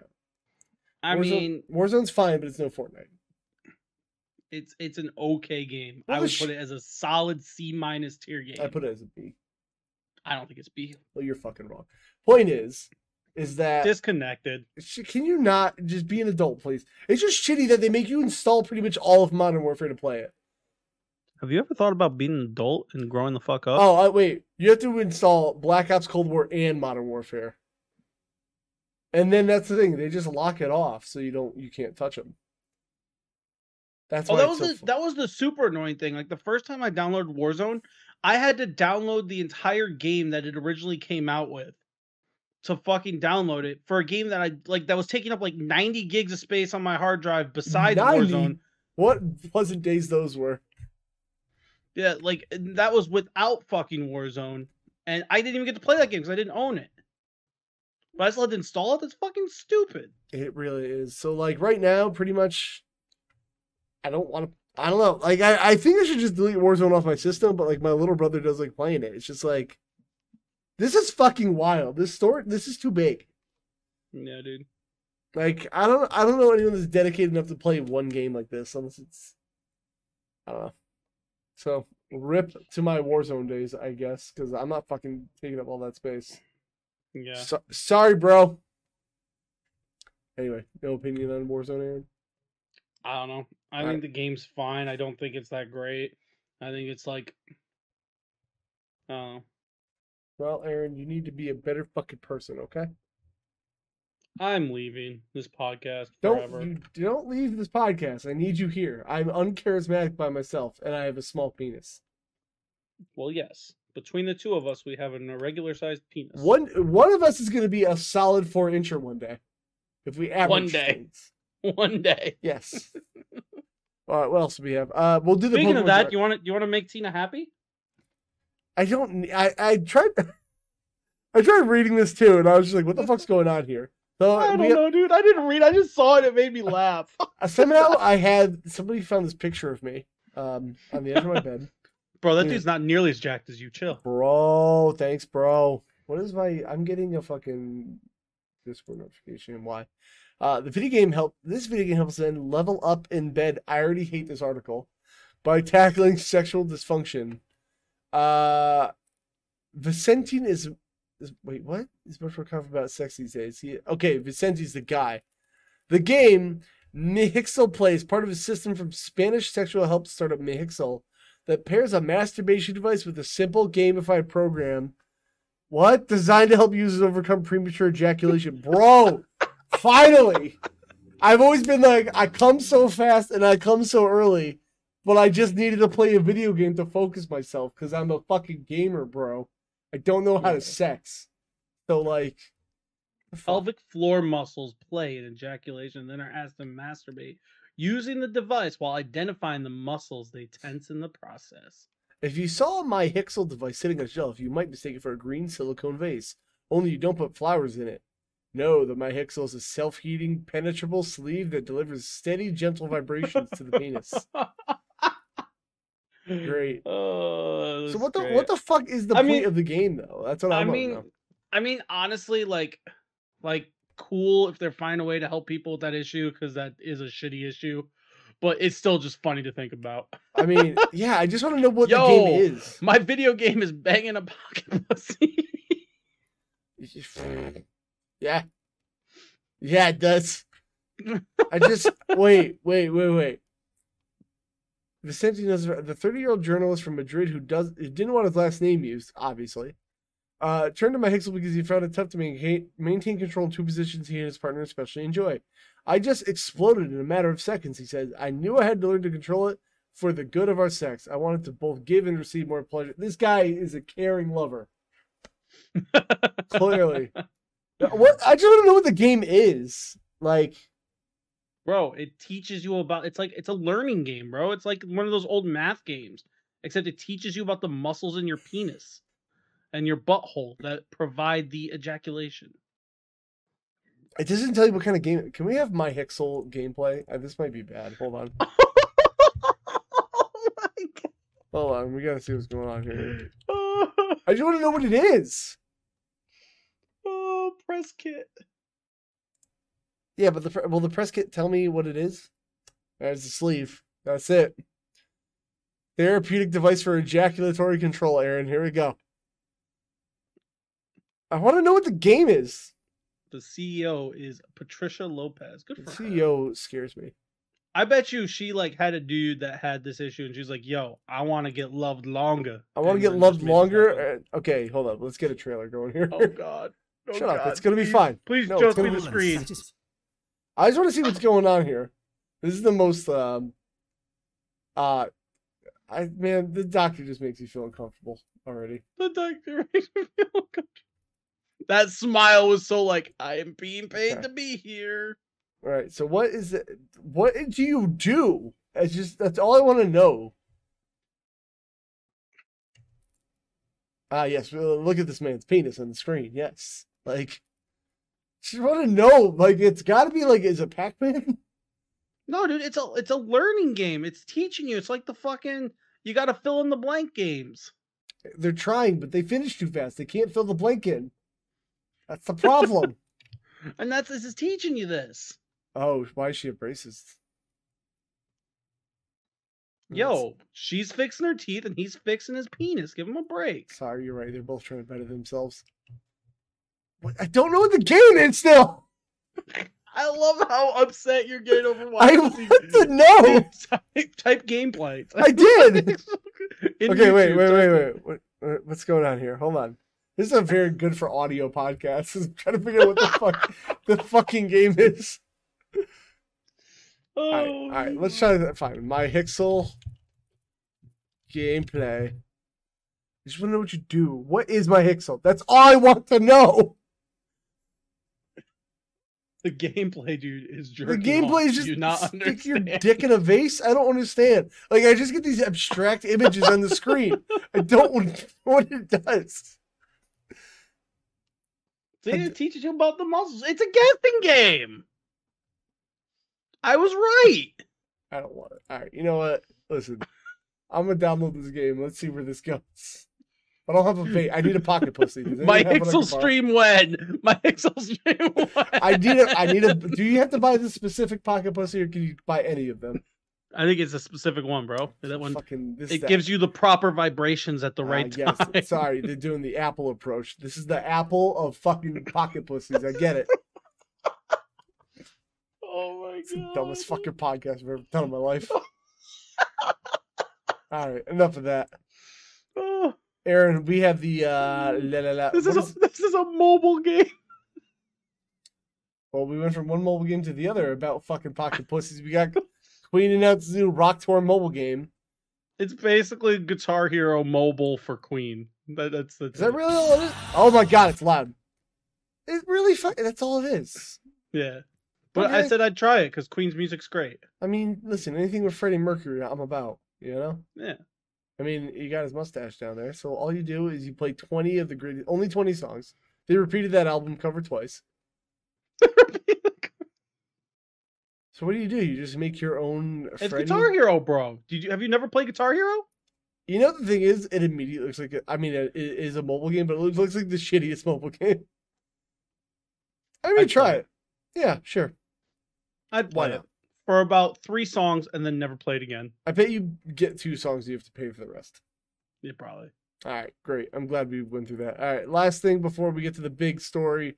Speaker 2: I
Speaker 1: Warzone-
Speaker 2: mean,
Speaker 1: Warzone's fine, but it's no Fortnite.
Speaker 2: it's it's an okay game.
Speaker 1: Well,
Speaker 2: I
Speaker 1: the
Speaker 2: would
Speaker 1: sh-
Speaker 2: put it as a solid C minus tier game.
Speaker 1: I put it as a B.
Speaker 2: I don't think it's B.
Speaker 1: Well, you're fucking wrong. Point is, is that
Speaker 2: Disconnected.
Speaker 1: Sh- Can you not just be an adult, please? It's just shitty that they make you install pretty much all of Modern Warfare to play it.
Speaker 2: Have you ever thought about being an adult and growing the fuck up?
Speaker 1: Oh, uh, wait. You have to install Black Ops Cold War and Modern Warfare. And then that's the thing. They just lock it off so you don't you can't touch them. That's
Speaker 2: Oh,
Speaker 1: why
Speaker 2: that was
Speaker 1: it's so
Speaker 2: the,
Speaker 1: fu-
Speaker 2: that was the super annoying thing. Like the first time I downloaded Warzone, I had to download the entire game that it originally came out with to fucking download it for a game that I like that was taking up like 90 gigs of space on my hard drive besides
Speaker 1: 90?
Speaker 2: Warzone.
Speaker 1: What pleasant days those were.
Speaker 2: Yeah, like and that was without fucking Warzone, and I didn't even get to play that game because I didn't own it. But I still had to install it. That's fucking stupid.
Speaker 1: It really is. So like right now, pretty much I don't want to I don't know. Like I, I think I should just delete Warzone off my system, but like my little brother does like playing it. It's just like this is fucking wild. This story this is too big.
Speaker 2: Yeah, dude.
Speaker 1: Like I don't I don't know anyone that's dedicated enough to play one game like this unless it's I don't know. So rip to my Warzone days, I guess, because I'm not fucking taking up all that space.
Speaker 2: Yeah.
Speaker 1: So- sorry, bro. Anyway, no opinion on Warzone, Aaron.
Speaker 2: I don't know. I
Speaker 1: Alright.
Speaker 2: think the game's fine. I don't think it's that great. I think it's like, oh,
Speaker 1: Well, Aaron, you need to be a better fucking person, okay?
Speaker 2: I'm leaving this podcast
Speaker 1: Don't
Speaker 2: forever.
Speaker 1: you don't leave this podcast. I need you here. I'm uncharismatic by myself, and I have a small penis.
Speaker 2: Well, yes. Between the two of us, we have an irregular sized penis.
Speaker 1: One one of us is going to be a solid four incher one day, if we average
Speaker 2: One day.
Speaker 1: things.
Speaker 2: One day.
Speaker 1: Yes. All right. What else do we have? Uh, we'll do the.
Speaker 2: Speaking of
Speaker 1: Pokemon
Speaker 2: that,
Speaker 1: Direct.
Speaker 2: you want to you want to make Tina happy?
Speaker 1: I don't. ne- I I tried. I tried reading this too, and I was just like, "What the fuck's going on here?" So
Speaker 2: I
Speaker 1: Uh, we-
Speaker 2: don't know, dude. I didn't read. I just saw it. It made me laugh.
Speaker 1: uh, somehow I had somebody found this picture of me um, on the edge of my bed.
Speaker 2: Bro, that
Speaker 1: Dude.
Speaker 2: dude's not nearly as jacked as you. Chill.
Speaker 1: Bro, thanks, bro. What is my? I'm getting a fucking Discord notification. Why? Uh, the video game help. This video game helps then level up in bed. I already hate this article by tackling sexual dysfunction. Uh, Vicentine is, is wait what? He's much more confident about sex these days. He okay. Vicentine's the guy. The game Mihixel plays part of a system from Spanish sexual help startup Mihixel that pairs a masturbation device with a simple gamified program. What? Designed to help users overcome premature ejaculation. Bro, finally. I've always been like, I come so fast and I come so early, but I just needed to play a video game to focus myself because I'm a fucking gamer, bro. I don't know how
Speaker 2: Yeah.
Speaker 1: to sex. So, like, the fuck?
Speaker 2: Pelvic floor muscles play in ejaculation, then are asked to masturbate using the device while identifying the muscles they tense in the process.
Speaker 1: If you saw my Hixel device sitting on a shelf, you might mistake it for a green silicone vase. Only you don't put flowers in it. No, the my Hixel is a self-heating, penetrable sleeve that delivers steady, gentle vibrations to the penis. Great.
Speaker 2: Oh,
Speaker 1: So what the what the fuck is the
Speaker 2: I
Speaker 1: point
Speaker 2: mean-
Speaker 1: of the game though? That's what
Speaker 2: I
Speaker 1: I'm.
Speaker 2: mean, I mean, honestly, like, like cool if they're find a way to help people with that issue because that is a shitty issue, but it's still just funny to think about.
Speaker 1: I mean, yeah, I just want to know what
Speaker 2: Yo.
Speaker 1: the game is.
Speaker 2: My video game is banging a pocket pussy.
Speaker 1: Yeah. Yeah, it does. I just wait, wait, wait, wait. Vicente knows the 30 year old journalist from Madrid who does who didn't want his last name used, obviously. Uh, turned to my Hixel because he found it tough to maintain, maintain control in two positions he and his partner especially enjoy. I just exploded in a matter of seconds, he said. I knew I had to learn to control it for the good of our sex. I wanted to both give and receive more pleasure. This guy is a caring lover. Clearly. what I just want to know what the game is. Like
Speaker 2: bro it teaches you about it's like it's a learning game bro it's like one of those old math games except it teaches you about the muscles in your penis and your butthole that provide the ejaculation
Speaker 1: It doesn't tell you what kind of game. Can we have my Hixel gameplay? Uh, this might be bad. Hold on.
Speaker 2: oh
Speaker 1: Hold on. We gotta see what's going on here.
Speaker 2: my god
Speaker 1: I just want to know what it is.
Speaker 2: oh press kit
Speaker 1: Yeah, but the pre- will the press kit tell me what it is? There's the sleeve. That's it. Therapeutic device for ejaculatory control, Aaron. Here we go. I want to know what the game is.
Speaker 2: the ceo is patricia lopez good
Speaker 1: The E
Speaker 2: for her.
Speaker 1: CEO scares me.
Speaker 2: i bet you she like had a dude that had this issue and she's like yo i want to get loved longer
Speaker 1: I want to
Speaker 2: and
Speaker 1: get
Speaker 2: then
Speaker 1: loved
Speaker 2: just made it happen.
Speaker 1: longer. Uh, okay, hold up. Let's get a trailer going here.
Speaker 2: oh god Oh,
Speaker 1: Shut up.
Speaker 2: God.
Speaker 1: It's gonna be
Speaker 2: Please-
Speaker 1: fine.
Speaker 2: please
Speaker 1: No, it's
Speaker 2: just
Speaker 1: gonna
Speaker 2: be
Speaker 1: be
Speaker 2: the
Speaker 1: fine.
Speaker 2: screen
Speaker 1: I just want to see what's going on here. This is the most um uh I man, the doctor just makes you feel uncomfortable already.
Speaker 2: The doctor makes me feel uncomfortable. That smile was so like, I am being paid
Speaker 1: Okay.
Speaker 2: to be here.
Speaker 1: All right, so what is it what do you do? It's just that's all I want to know. Ah yes, well, look at this man's penis on the screen. Yes. Like just want to know like it's got to be like is it Pac-Man?
Speaker 2: No, dude, it's a it's a learning game. It's teaching you. It's like the fucking you gotta fill in the blank games.
Speaker 1: They're trying, but they finish too fast. They can't fill the blank in. That's the problem.
Speaker 2: And that's this is teaching you this.
Speaker 1: Oh, why is she a racist?
Speaker 2: Yo, she's fixing her teeth and he's fixing his penis. Give him a break.
Speaker 1: sorry, you're right. They're both trying to better themselves. What? I don't know what the game is still.
Speaker 2: I love how upset you're getting over
Speaker 1: I
Speaker 2: watching
Speaker 1: want to know.
Speaker 2: type, type gameplay.
Speaker 1: I did.
Speaker 2: In
Speaker 1: okay, wait,
Speaker 2: YouTube,
Speaker 1: wait,
Speaker 2: type
Speaker 1: wait,
Speaker 2: in-
Speaker 1: wait, What- what- What's going on here? Hold on. This isn't very good for audio podcasts. I'm trying to figure out what the fuck the fucking game is. All
Speaker 2: Oh,
Speaker 1: right, all right let's try that. Fine, my Hixel gameplay. I just want to know what you do. What is my Hixel? That's all I want to know.
Speaker 2: The gameplay, dude, is
Speaker 1: The
Speaker 2: jerking. off.
Speaker 1: gameplay is
Speaker 2: Do
Speaker 1: just
Speaker 2: you not
Speaker 1: stick your
Speaker 2: understand?
Speaker 1: dick in a vase. I don't understand. Like I just get these abstract images on the screen. I don't know what it does.
Speaker 2: See, it teaches you about the muscles. It's a guessing game. I was right.
Speaker 1: I don't want it. All right, you know what? Listen, I'm gonna download this game. Let's see where this goes. I don't have a vape. I need a pocket pussy. Does anyone
Speaker 2: My
Speaker 1: have one I can
Speaker 2: Excel
Speaker 1: borrow?
Speaker 2: stream when. My Excel stream when.
Speaker 1: I need a. I need a. Do you have to buy the specific pocket pussy, or can you buy any of them?
Speaker 2: I think it's a specific one, bro. That one.
Speaker 1: Fucking this. uh,
Speaker 2: It gives you the proper vibrations at the right time.
Speaker 1: Ah, Yes. Sorry, they're doing the Apple approach. This is the Apple of fucking pocket pussies. I get it.
Speaker 2: Oh my god.
Speaker 1: It's the dumbest fucking podcast I've ever done in my life. All right, enough of that.
Speaker 2: Oh,
Speaker 1: Aaron, we have the uh, la la la.
Speaker 2: this
Speaker 1: what
Speaker 2: is,
Speaker 1: is-
Speaker 2: a, this is a mobile game.
Speaker 1: Well, we went from one mobile game to the other about fucking pocket pussies. We got Queen announced the new Rock Tour mobile game.
Speaker 2: It's basically Guitar Hero mobile for Queen. That, that's the
Speaker 1: Is that really all it is? Oh my god, it's loud. It really fucking. That's all it is.
Speaker 2: Yeah. But I
Speaker 1: Okay.
Speaker 2: said I'd try it because Queen's music's great.
Speaker 1: I mean, listen, anything with Freddie Mercury, I'm about. You know.
Speaker 2: Yeah.
Speaker 1: I mean, he got his mustache down there, so all you do is you play 20 of the greatest, only 20 songs. They repeated that album cover twice. So what do you do? You just make your own.
Speaker 2: It's
Speaker 1: Freddie-
Speaker 2: Guitar Hero, bro. Did you have you never played Guitar Hero?
Speaker 1: You know the thing is, it immediately looks like a, I mean, it, it is a mobile game, but it looks like the shittiest mobile game. I mean,
Speaker 2: I'd
Speaker 1: try
Speaker 2: play
Speaker 1: it. Yeah, sure.
Speaker 2: I'd
Speaker 1: Why
Speaker 2: play it
Speaker 1: not?
Speaker 2: for about three songs and then never played again.
Speaker 1: I bet you get two songs. You have to pay for the rest.
Speaker 2: Yeah, probably.
Speaker 1: All right, great. I'm glad we went through that. All right, last thing before we get to the big story,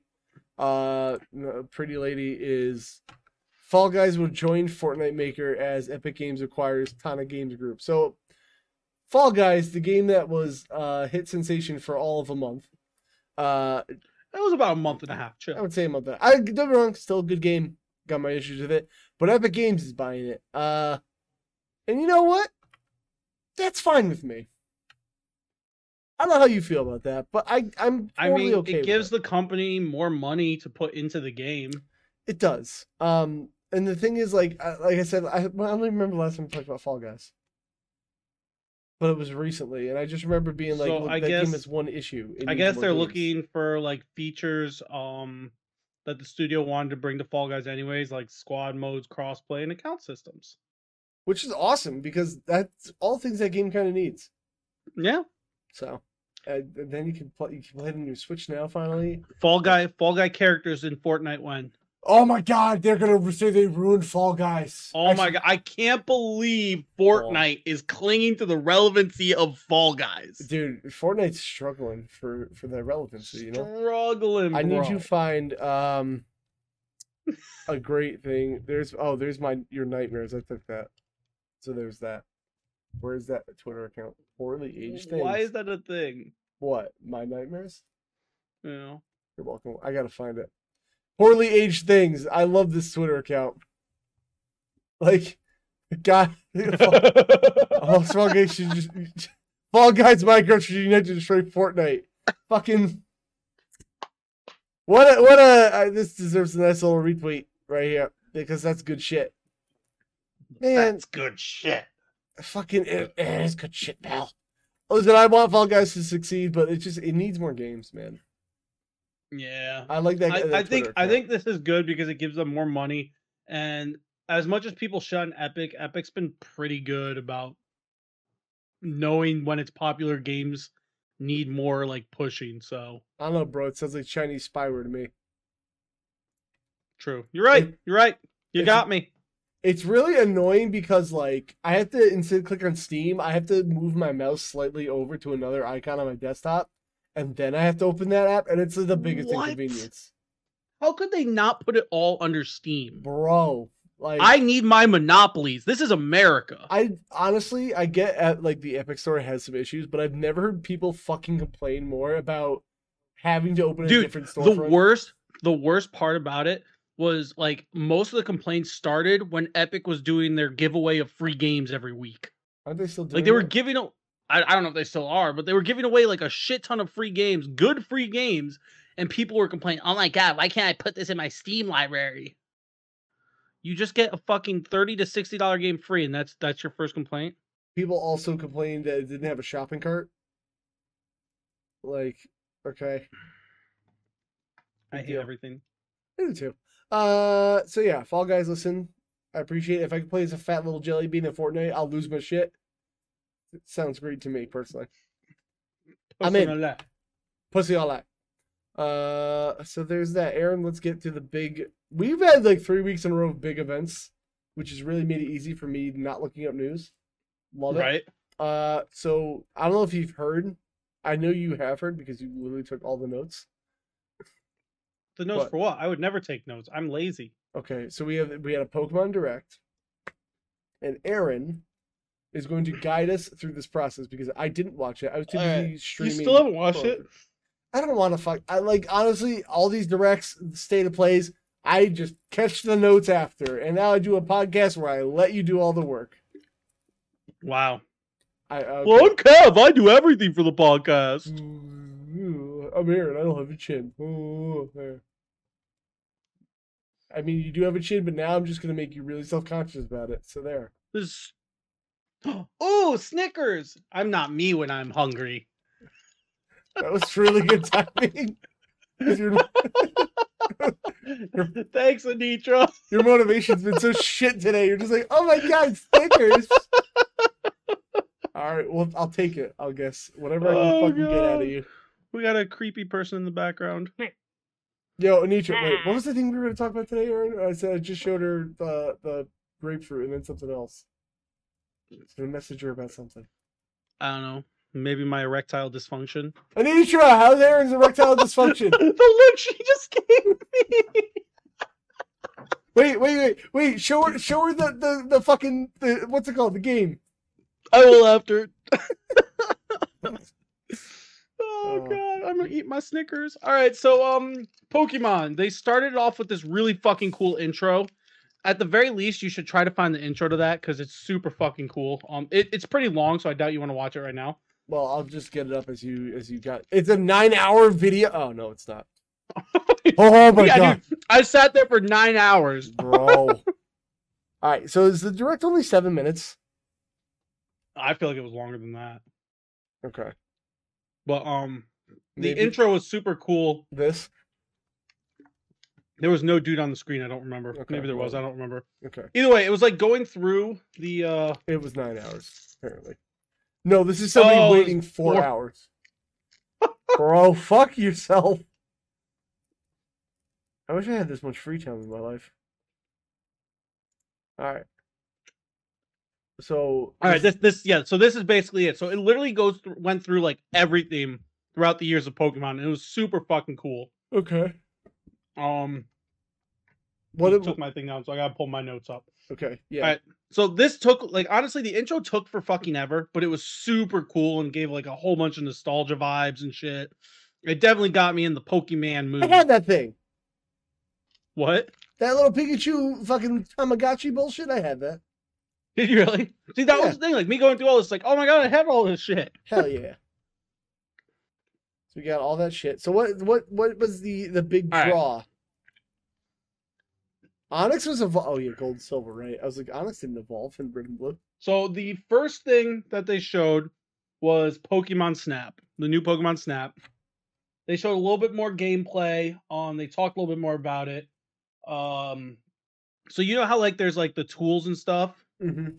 Speaker 1: uh, no, Pretty Lady is Fall Guys will join Fortnite Maker as Epic Games acquires Tana Games Group. So, Fall Guys, the game that was uh hit sensation for all of a month, uh,
Speaker 2: That was about a month and a half. Chill.
Speaker 1: I would say about that. I don't get me wrong, still a good game. Got my issues with it, but Epic Games is buying it. Uh, and you know what? That's fine with me. I don't know how you feel about that, but I I'm
Speaker 2: I
Speaker 1: totally
Speaker 2: mean,
Speaker 1: okay.
Speaker 2: it
Speaker 1: with
Speaker 2: gives
Speaker 1: it.
Speaker 2: the company more money to put into the game.
Speaker 1: it does. Um, and the thing is, like I, like I said, I well, I don't even remember the last time we talked about Fall Guys, but it was recently, and I just remember being like,
Speaker 2: So
Speaker 1: Look,
Speaker 2: I
Speaker 1: that
Speaker 2: guess-
Speaker 1: game is one issue. It
Speaker 2: I
Speaker 1: needs
Speaker 2: guess
Speaker 1: more
Speaker 2: they're
Speaker 1: games."
Speaker 2: looking for like features um that the studio wanted to bring to Fall Guys anyways, like squad modes, crossplay, and account systems.
Speaker 1: which is awesome because that's all things that game kind of needs.
Speaker 2: Yeah.
Speaker 1: So, uh, and then you can play. You can play the new Switch now. Finally.
Speaker 2: Fall Guy Fall Guy characters in Fortnite when.
Speaker 1: Oh my God! They're gonna say they ruined Fall Guys.
Speaker 2: Oh my god, I can't believe Fortnite is clinging to the relevancy of Fall Guys.
Speaker 1: dude! Fortnite's struggling for for their relevancy. You know.
Speaker 2: Struggling.
Speaker 1: I need
Speaker 2: bro.
Speaker 1: you to find um a great thing. There's oh there's my your nightmares. I took that. So there's that. Where's that Twitter account? Poorly aged things.
Speaker 2: Why is that a thing?
Speaker 1: What my nightmares?
Speaker 2: You know.
Speaker 1: You're welcome. I gotta find it. Poorly aged things. I love this Twitter account. Like, the guy, oh, Fall Guys should just Fall Guys Minecraft should unite to destroy Fortnite. Fucking what? A, what a I, this deserves a nice little retweet right here because that's good shit. Man,
Speaker 2: That's good shit.
Speaker 1: fucking it, it is good shit, pal. Listen, I want Fall Guys to succeed, but it just it needs more games, man.
Speaker 2: Yeah.
Speaker 1: I like that. that
Speaker 2: I, I think
Speaker 1: Twitter
Speaker 2: I
Speaker 1: account.
Speaker 2: think this is good because it gives them more money. And as much as people shun Epic, Epic's been pretty good about knowing when its popular games need more like pushing. So
Speaker 1: I don't know, bro. It sounds like Chinese spyware to me.
Speaker 2: true. You're right. You're right. You
Speaker 1: if-
Speaker 2: got me.
Speaker 1: It's really annoying because like I have to instead of click on Steam, I have to move my mouse slightly over to another icon on my desktop, and then I have to open that app, and it's the biggest
Speaker 2: What?
Speaker 1: inconvenience,
Speaker 2: How could they not put it all under Steam?
Speaker 1: bro. Like
Speaker 2: I need my monopolies. This is America.
Speaker 1: I honestly, I get at like the Epic Store has some issues, but I've never heard people fucking complain more about having to open a
Speaker 2: Dude,
Speaker 1: different
Speaker 2: the
Speaker 1: storefront.
Speaker 2: worst the worst part about it was like most of the complaints started when epic was doing their giveaway of free games every week
Speaker 1: Aren't they still doing
Speaker 2: like they were
Speaker 1: that?
Speaker 2: giving a- I, I don't know if they still are but they were giving away like a shit ton of free games good free games and people were complaining oh my god why can't i put this in my steam library you just get a fucking 30 to 60 dollar game free and that's that's your first complaint
Speaker 1: people also complained that it didn't have a shopping cart. Like, okay.
Speaker 2: i
Speaker 1: Good
Speaker 2: hate
Speaker 1: deal.
Speaker 2: everything
Speaker 1: I do too. Uh, so yeah, Fall Guys, listen, I appreciate it. If I could play as a fat little jelly bean in Fortnite, I'll lose my shit. It sounds great to me personally. I'm in.
Speaker 2: Personal.
Speaker 1: Pussy all that. Uh, so there's that. Aaron, let's get to the big. We've had like three weeks in a row of big events, which has really made it easy for me not looking up news. Love it.
Speaker 2: right
Speaker 1: Uh, so I don't know if you've heard. I know you have heard because you literally took all the notes.
Speaker 2: the notes
Speaker 1: What?
Speaker 2: for what i would never take notes i'm lazy
Speaker 1: Okay, so we have we had a Pokemon Direct, and Aaron is going to guide us through this process because I didn't watch it. I was too busy
Speaker 2: Alright,
Speaker 1: streaming.
Speaker 2: you still haven't watched it
Speaker 1: Fuck. I don't want to fuck. I like honestly all these directs, state of plays. I just catch the notes after, and now I do a podcast where I let you do all the work.
Speaker 2: wow
Speaker 1: I uh, okay.
Speaker 2: Well, I'm Kev. I do everything for the podcast.
Speaker 1: Ooh, I'm Aaron. I don't have a chin. Ooh, there. I mean, you do have a chin, but now I'm just gonna make you really self conscious about it. So there.
Speaker 2: This... Oh, Snickers. I'm not me when I'm hungry.
Speaker 1: That was really good timing. 'Cause your,
Speaker 2: Thanks, Anitra.
Speaker 1: your motivation's been so shit today. You're just like, oh my god, stickers. All right, well, I'll take it. I'll guess whatever I can
Speaker 2: Oh,
Speaker 1: fucking get out
Speaker 2: God.
Speaker 1: of you.
Speaker 2: We got a creepy person in the background.
Speaker 1: Yo, Anitra, wait, what was the thing we were going to talk about today, Aaron? I said I just showed her the the grapefruit and then something else. I was gonna message her about something.
Speaker 2: I don't know. Maybe my erectile dysfunction.
Speaker 1: Anitra, how's Aaron's erectile dysfunction?
Speaker 2: the look she just gave me.
Speaker 1: Wait, wait, wait, wait. Show her, show her the the, the fucking the, what's it called? The game.
Speaker 2: I will after. Oh
Speaker 1: Oh.
Speaker 2: god, I'm gonna eat my Snickers. All right, so um, Pokemon. They started off with this really fucking cool intro. At the very least, you should try to find the intro to that because it's super fucking cool. Um, it, it's pretty long, so I doubt you want to watch it right now.
Speaker 1: Well, I'll just get it up as you as you got. It's a nine hour video. Oh no, it's not. Oh my
Speaker 2: Yeah,
Speaker 1: god,
Speaker 2: dude, I sat there for nine hours.
Speaker 1: bro. All right, so is the direct only seven minutes?
Speaker 2: I feel like it was longer than that,
Speaker 1: Okay,
Speaker 2: but um, the
Speaker 1: Maybe
Speaker 2: intro was super cool.
Speaker 1: this.
Speaker 2: There was no dude on the screen. I don't remember.
Speaker 1: Okay,
Speaker 2: Maybe there was.
Speaker 1: well-
Speaker 2: I don't remember.
Speaker 1: Okay,
Speaker 2: Either way, it was like going through the uh
Speaker 1: it was nine hours apparently. No, this is somebody
Speaker 2: Oh, it was
Speaker 1: waiting four,
Speaker 2: four.
Speaker 1: hours. bro, fuck yourself. I wish I had this much free time in my life. All right. So
Speaker 2: All right, this this yeah. So this is basically it. So it literally goes through, went through like everything throughout the years of Pokemon. And it was super fucking cool.
Speaker 1: okay.
Speaker 2: Um,
Speaker 1: What?
Speaker 2: it
Speaker 1: it-
Speaker 2: took my thing down, so I gotta pull my notes up.
Speaker 1: okay. Yeah.
Speaker 2: Alright. So this took like honestly, the intro took for fucking ever, but it was super cool and gave like a whole bunch of nostalgia vibes and shit. It definitely got me in the Pokemon
Speaker 1: I
Speaker 2: mood.
Speaker 1: had that thing.
Speaker 2: What
Speaker 1: That little Pikachu fucking Tamagotchi bullshit. I had that.
Speaker 2: did you really see? That
Speaker 1: Yeah.
Speaker 2: was the thing. Like me going through all this, like oh my god, I have all this shit.
Speaker 1: Hell yeah. so we got all that shit. So what? What? What was the the big
Speaker 2: All right.
Speaker 1: draw? Onyx was evol Oh yeah, gold, and silver, right? I was like, Onyx didn't evolve in red and blue.
Speaker 2: So the first thing that they showed was Pokemon Snap, the new Pokemon Snap. They showed a little bit more gameplay on. They talked a little bit more about it. Um, so you know how like there's like the tools and stuff,
Speaker 1: Mm-hmm.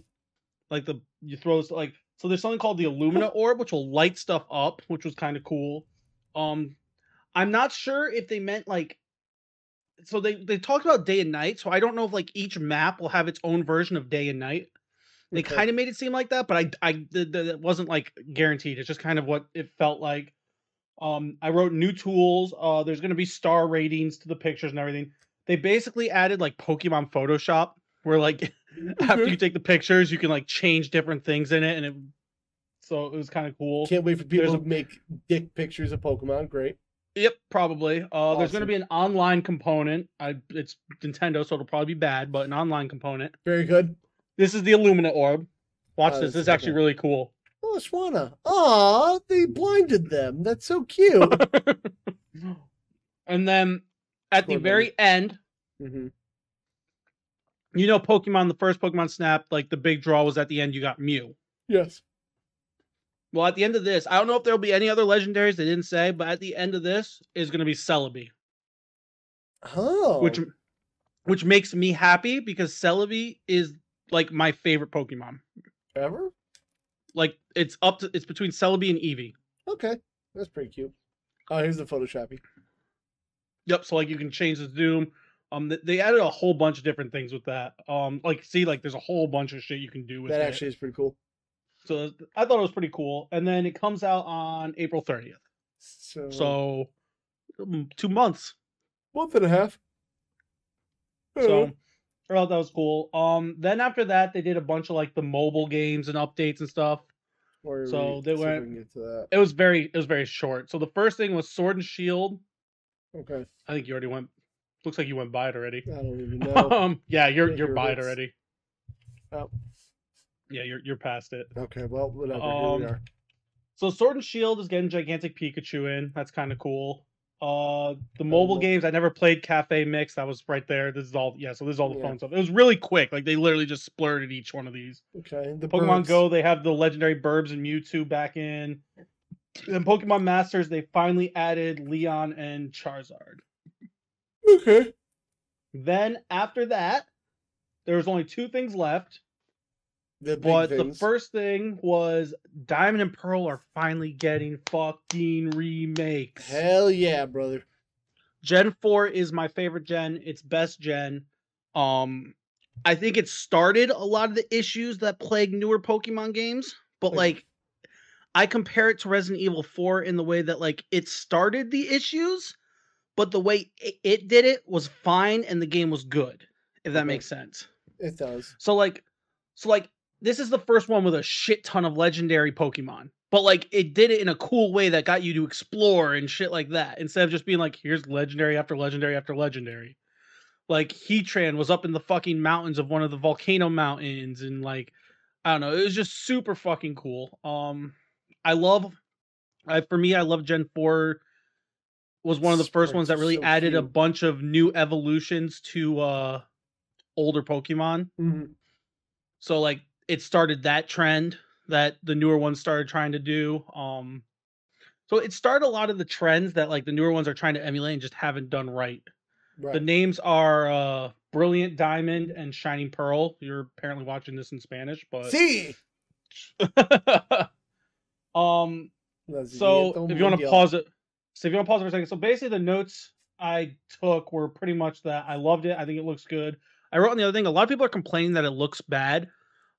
Speaker 2: like the you throw this like so there's something called the Illumina Orb, which will light stuff up, which was kind of cool. Um, I'm not sure if they meant like. So they they talked about day and night. So I don't know if like each map will have its own version of day and night. They kind of made it seem like that, but I, I, the, the, it wasn't like guaranteed. It's just kind of what it felt like. Um, I wrote new tools. Uh, there's going to be star ratings to the pictures and everything. They basically added like Pokemon Photoshop, where like after
Speaker 1: Mm-hmm.
Speaker 2: you take the pictures, you can like change different things in it, and it. So it was kind of cool.
Speaker 1: Can't wait for people
Speaker 2: There's a-
Speaker 1: to make dick pictures of Pokemon. Great.
Speaker 2: Yep, probably. Uh, There's going to be an online component. I it's Nintendo, so it'll probably be bad, but an online component.
Speaker 1: Very good.
Speaker 2: This is the Illumina orb. Watch
Speaker 1: Oh,
Speaker 2: this.
Speaker 1: this
Speaker 2: This
Speaker 1: is
Speaker 2: is actually
Speaker 1: okay.
Speaker 2: really cool.
Speaker 1: Oh, Shwana. Aw, they blinded them. That's so cute.
Speaker 2: and then at the
Speaker 1: Squirtle.
Speaker 2: very end,
Speaker 1: hmm
Speaker 2: you know, Pokemon, the first Pokemon Snap, like the big draw was at the end. You got Mew.
Speaker 1: Yes.
Speaker 2: Well, at the end of this, I don't know if there'll be any other legendaries. They didn't say, but at the end of this is going to be Celebi.
Speaker 1: Oh.
Speaker 2: which which makes me happy because Celebi is like my favorite Pokemon.
Speaker 1: ever?
Speaker 2: Like it's up to it's between Celebi and Eevee.
Speaker 1: Okay. That's pretty cute. Oh, here's the photoshoppy.
Speaker 2: Yep. So like you can change the zoom. Um, th- they added a whole bunch of different things with that. Um, like see, like there's a whole bunch of shit you can do with
Speaker 1: That
Speaker 2: it.
Speaker 1: actually is pretty cool.
Speaker 2: So th- I thought it was pretty cool. And then it comes out on April 30th. Mm.
Speaker 1: So,
Speaker 2: So um, two months.
Speaker 1: month and a half. Oh,
Speaker 2: So I thought that was cool. Um, then after that they did a bunch of like the mobile games and updates and stuff.
Speaker 1: Or
Speaker 2: so
Speaker 1: we-
Speaker 2: they
Speaker 1: see if
Speaker 2: went-
Speaker 1: We can get to that.
Speaker 2: It was very it was very short. So the first thing was Sword and Shield.
Speaker 1: Okay.
Speaker 2: I think you already went. Looks like you went by it already.
Speaker 1: I don't even know.
Speaker 2: um, yeah, you're
Speaker 1: Yeah,
Speaker 2: you're
Speaker 1: you're
Speaker 2: by
Speaker 1: right.
Speaker 2: it already.
Speaker 1: Oh,
Speaker 2: Yeah, you're you're past it.
Speaker 1: okay. Well, whatever. Here
Speaker 2: Um,
Speaker 1: we are.
Speaker 2: So Sword and Shield is getting gigantic Pikachu in. That's kind of cool. Uh, the mobile
Speaker 1: mo-
Speaker 2: games I never played Cafe Mix. That was right there. This is all yeah. So this is all the
Speaker 1: Yeah.
Speaker 2: phone stuff. It was really quick. Like they literally just splurted each one of these.
Speaker 1: Okay. The
Speaker 2: Pokemon
Speaker 1: birds.
Speaker 2: Go. They have the legendary Burbs and Mewtwo back in. And Pokemon Masters. They finally added Leon and Charizard.
Speaker 1: Okay.
Speaker 2: Then after that, there was only two things left.
Speaker 1: The big
Speaker 2: But the
Speaker 1: things.
Speaker 2: first thing was Diamond and Pearl are finally getting fucking remakes.
Speaker 1: Hell yeah, brother.
Speaker 2: Gen 4 is my favorite gen. It's best gen. Um I think it started a lot of the issues that plague newer Pokemon games, but
Speaker 1: Okay.
Speaker 2: like I compare it to Resident Evil 4 in the way that like it started the issues, but the way it, it did it was fine and the game was good. If that
Speaker 1: Okay.
Speaker 2: makes sense.
Speaker 1: It does.
Speaker 2: So like, so like, this is the first one with a shit ton of legendary Pokemon, but like it did it in a cool way that got you to explore and shit like that instead of just being like, here's legendary after legendary after legendary. Like Heatran was up in the fucking mountains of one of the volcano mountains, and like, I don't know, it was just super fucking cool. Um, I love, I for me, I love Gen Four. Was one of the first
Speaker 1: Sprites
Speaker 2: ones that
Speaker 1: are
Speaker 2: really
Speaker 1: so
Speaker 2: added a
Speaker 1: cute.
Speaker 2: bunch of new evolutions to uh older Pokemon.
Speaker 1: Mhm.
Speaker 2: So like it started that trend that the newer ones started trying to do. Um so it started a lot of the trends that like the newer ones are trying to emulate and just haven't done right.
Speaker 1: Right.
Speaker 2: The names are uh Brilliant Diamond and Shining Pearl. You're apparently watching this in Spanish, but
Speaker 1: See.
Speaker 2: um so if you want to pause it, so if you want to pause it for a second, so basically the notes I took were pretty much that I loved it. I think it looks good. I wrote on the other thing. A lot of people are complaining that it looks bad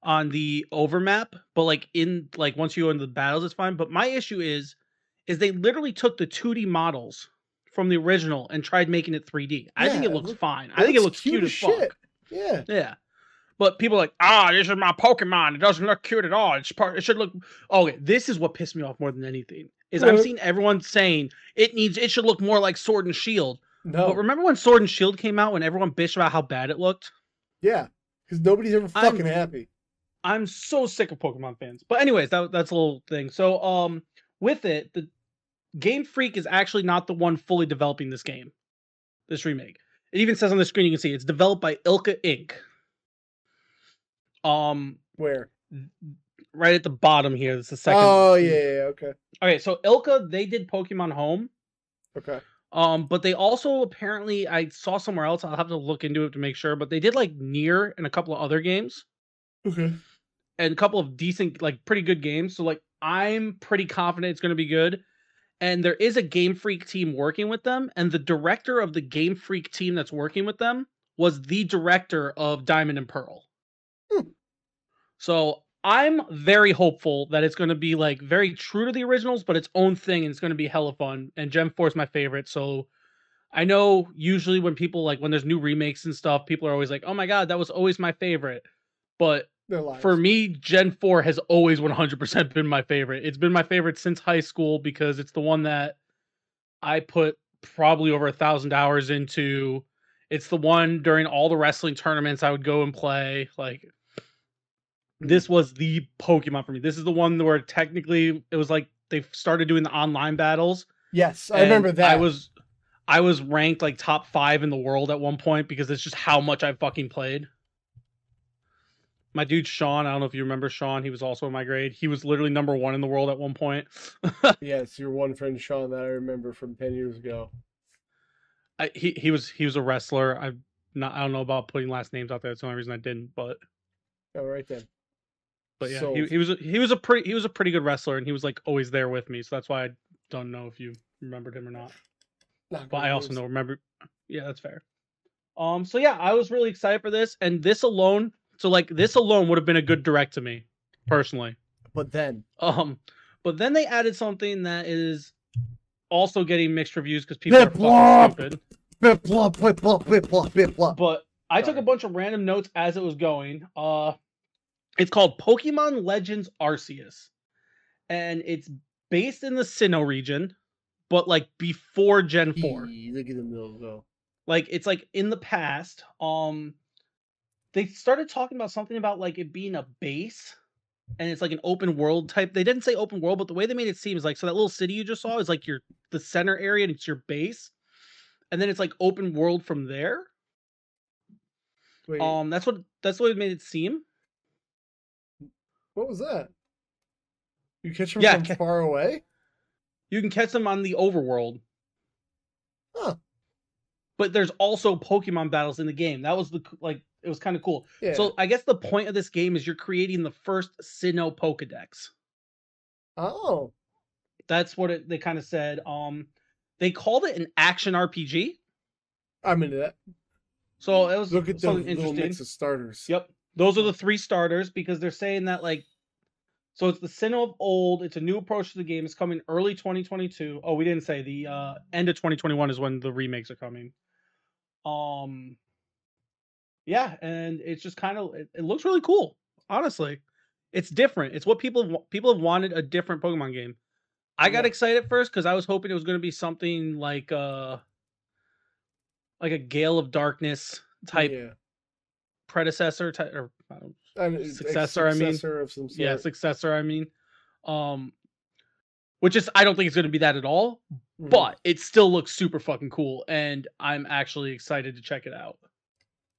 Speaker 2: on the overmap, but like in like once you go into the battles, it's fine. But my issue is, is they literally took the 2D models from the original and tried making it 3D. I think
Speaker 1: Yeah,
Speaker 2: it
Speaker 1: it
Speaker 2: looks
Speaker 1: look-
Speaker 2: fine. I think it looks cute, as fuck.
Speaker 1: Yeah.
Speaker 2: Yeah. But people are like, ah, this is my Pokemon. It doesn't look cute at all. It's part. It should look. Okay, this is what pissed me off more than anything is I'm
Speaker 1: Mhm.
Speaker 2: seeing everyone saying it needs. It should look more like Sword and Shield.
Speaker 1: No.
Speaker 2: But remember when Sword and Shield came out, when everyone bitched about how bad it looked.
Speaker 1: yeah. Because nobody's ever
Speaker 2: I'm-
Speaker 1: fucking happy.
Speaker 2: I'm so sick of Pokemon fans. But anyways, that that's a little thing. So um, with it, the Game Freak is actually not the one fully developing this game, this remake. It even says on the screen you can see it's developed by Ilka Inc. Um,
Speaker 1: Where?
Speaker 2: right at the bottom here. That's the second. Mm-hmm.
Speaker 1: oh yeah, yeah. yeah, Okay.
Speaker 2: Okay, so Ilka, they did Pokemon Home.
Speaker 1: Okay.
Speaker 2: Um, but they also apparently I saw somewhere else. I'll have to look into it to make sure. But they did like Near and a couple of other games
Speaker 1: Okay.
Speaker 2: and a couple of decent, like pretty good games. So like I'm pretty confident it's gonna be good. And there is a Game Freak team working with them, and the director of the Game Freak team that's working with them was the director of Diamond and Pearl.
Speaker 1: Hmm.
Speaker 2: So I'm very hopeful that it's going to be like very true to the originals, but its own thing, and it's going to be hella fun. And Gem Four is my favorite, so I know usually when people like when there's new remakes and stuff, people are always like, "Oh my god, that was always my favorite." But
Speaker 1: They're lying.
Speaker 2: for me, Gen 4 has always 100% been my favorite. It's been my favorite since high school because it's the one that I put probably over a thousand hours into. It's the one during all the wrestling tournaments I would go and play. Like this was the Pokemon for me. This is the one where technically it was like they started doing the online battles.
Speaker 1: Yes, I remember
Speaker 2: and
Speaker 1: that.
Speaker 2: I was I was ranked like top five in the world at one point because it's just how much I fucking played. My dude Sean, I don't know if you remember Sean, he was also in my grade. He was literally number one in the world at one point.
Speaker 1: yes, your one friend Sean that I remember from ten years ago.
Speaker 2: I, he he was he was a wrestler. I not I don't know about putting last names out there. That's the only reason I didn't. But
Speaker 1: All Oh, right then.
Speaker 2: but yeah,
Speaker 1: So-
Speaker 2: he, he was a, he was a pretty he was a pretty good wrestler, and he was like always there with me. So that's why I don't know if you remembered him or not.
Speaker 1: Not
Speaker 2: but
Speaker 1: gonna
Speaker 2: I also
Speaker 1: lose.
Speaker 2: don't remember. Yeah, that's fair. Um, so yeah, I was really excited for this, and this alone, so like this alone would have been a good direct to me, personally.
Speaker 1: But then,
Speaker 2: Um, but then they added something that is also getting mixed reviews because people
Speaker 1: Pip
Speaker 2: are fucking
Speaker 1: Lop!
Speaker 2: stupid.
Speaker 1: bip blop, bip blop, bip blop, bip blop.
Speaker 2: But I took a
Speaker 1: Sorry.
Speaker 2: bunch of random notes as it was going. Uh, it's called Pokemon Legends Arceus, and it's based in the Sinnoh region, but like before Gen Four.
Speaker 1: Eee, Look at them little go.
Speaker 2: like it's like in the past um they started talking about something about like it being a base and it's like an open world type they didn't say open world but the way they made it seem is like so that little city you just saw is like your the center area and it's your base and then it's like open world from there
Speaker 1: Wait,
Speaker 2: um that's what that's the way it made it seem
Speaker 1: what was that? You catch them
Speaker 2: yeah,
Speaker 1: from
Speaker 2: ca-
Speaker 1: far away?
Speaker 2: you can catch them on the overworld
Speaker 1: Huh.
Speaker 2: but there's also pokemon battles in the game that was the c- like it was kind of cool
Speaker 1: Yeah.
Speaker 2: So I guess the point of this game is you're creating the first Sinnoh Pokedex.
Speaker 1: oh,
Speaker 2: That's what it, they kind of said. Um, they called it an action RPG,
Speaker 1: I'm into that.
Speaker 2: so it was
Speaker 1: Look at the
Speaker 2: something
Speaker 1: little
Speaker 2: interesting.
Speaker 1: mix of starters.
Speaker 2: Yep, those are the three starters because they're saying that like, so it's the Sinnoh of old. It's a new approach to the game. It's coming early 2022. Oh, we didn't say the uh, end of 2021 is when the remakes are coming. Um, yeah, and it's just kind of it, it looks really cool. Honestly, it's different. It's what people wa- people have wanted a different Pokemon game. I got
Speaker 1: Yeah.
Speaker 2: excited first because I was hoping it was going to be something like uh like a Gale of Darkness type
Speaker 1: Yeah.
Speaker 2: predecessor type or I don't
Speaker 1: I mean, it's-
Speaker 2: Successor, I mean.
Speaker 1: successor of some sort.
Speaker 2: yeah successor i mean um which is i don't think it's going to be that at all
Speaker 1: Mhm.
Speaker 2: but it still looks super fucking cool and i'm actually excited to check it out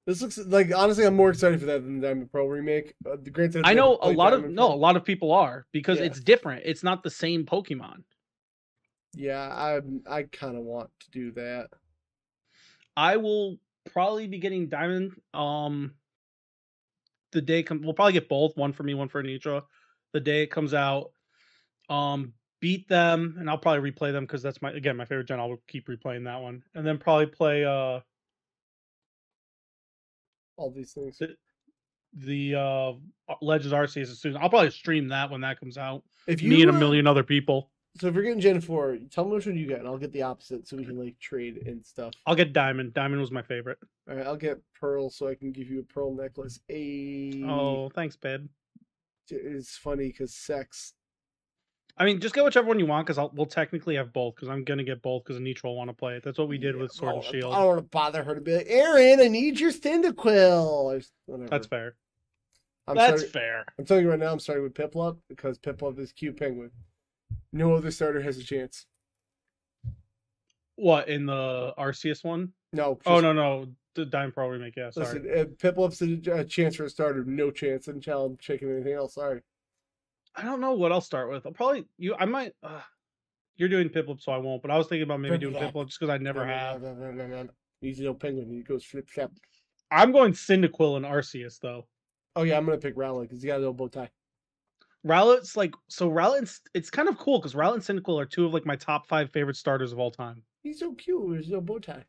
Speaker 1: this looks like honestly, I'm more excited for that than the Diamond Pro remake. Uh, granted, I've
Speaker 2: i
Speaker 1: never
Speaker 2: know a
Speaker 1: played
Speaker 2: lot of
Speaker 1: Diamond
Speaker 2: no a
Speaker 1: Pearl.
Speaker 2: lot of people are because
Speaker 1: Yeah.
Speaker 2: it's different it's not the same pokemon
Speaker 1: Yeah, I I kind of want to do that.
Speaker 2: i will probably be getting diamond um the day come we'll probably get both one for me one for anitra the day it comes out um beat them and i'll probably replay them because that's my again my favorite gen i'll keep replaying that one and then probably play uh
Speaker 1: All these things.
Speaker 2: Th- the uh Legends Arceus as soon. I'll probably stream that when that comes out.
Speaker 1: If uh
Speaker 2: Me and a
Speaker 1: were-
Speaker 2: million other people.
Speaker 1: So if you're getting Gen Four, tell me which one you get, and I'll get the opposite, so we can like trade and stuff.
Speaker 2: I'll get Diamond. Diamond was my favorite.
Speaker 1: All right, I'll get Pearl, so I can give you a Pearl necklace. A
Speaker 2: Oh, thanks, babe.
Speaker 1: it's funny because sex.
Speaker 2: I mean, just get whichever one you want because we'll technically have both because I'm gonna get both because Anitra will want to play it. That's what we did
Speaker 1: Yeah,
Speaker 2: with Sword and
Speaker 1: oh,
Speaker 2: Shield.
Speaker 1: I don't want to bother her to be like, Aaron, I need your Cyndaquil. I just- whatever.
Speaker 2: That's fair.
Speaker 1: I'm
Speaker 2: That's
Speaker 1: starting-
Speaker 2: fair.
Speaker 1: I'm telling you right now, I'm starting with Piplup because Piplup is cute penguin. No other starter has a chance.
Speaker 2: What in the Arceus one?
Speaker 1: No.
Speaker 2: oh
Speaker 1: just-
Speaker 2: no no, the Diamond Pearl remake. Yeah, sorry.
Speaker 1: Listen, if Piplup's a, a chance for a starter, no chance. And Challenge chicken anything else. Sorry.
Speaker 2: I don't know what I'll start with. I'll probably you. I might. Uh, you're doing Piplup, so I won't. But I was thinking about maybe doing
Speaker 1: Piplup.
Speaker 2: Piplup just because I never have.
Speaker 1: He's no penguin. He goes flip flap.
Speaker 2: I'm going Cyndaquil and Arceus though.
Speaker 1: Oh yeah, I'm gonna pick Rowlet because he got a little bow tie.
Speaker 2: Rowlet's like so Rowlet's it's kind of cool because Rowlet and Cyndaquil are two of like my top five favorite starters of all time.
Speaker 1: He's so cute with his little bow tie.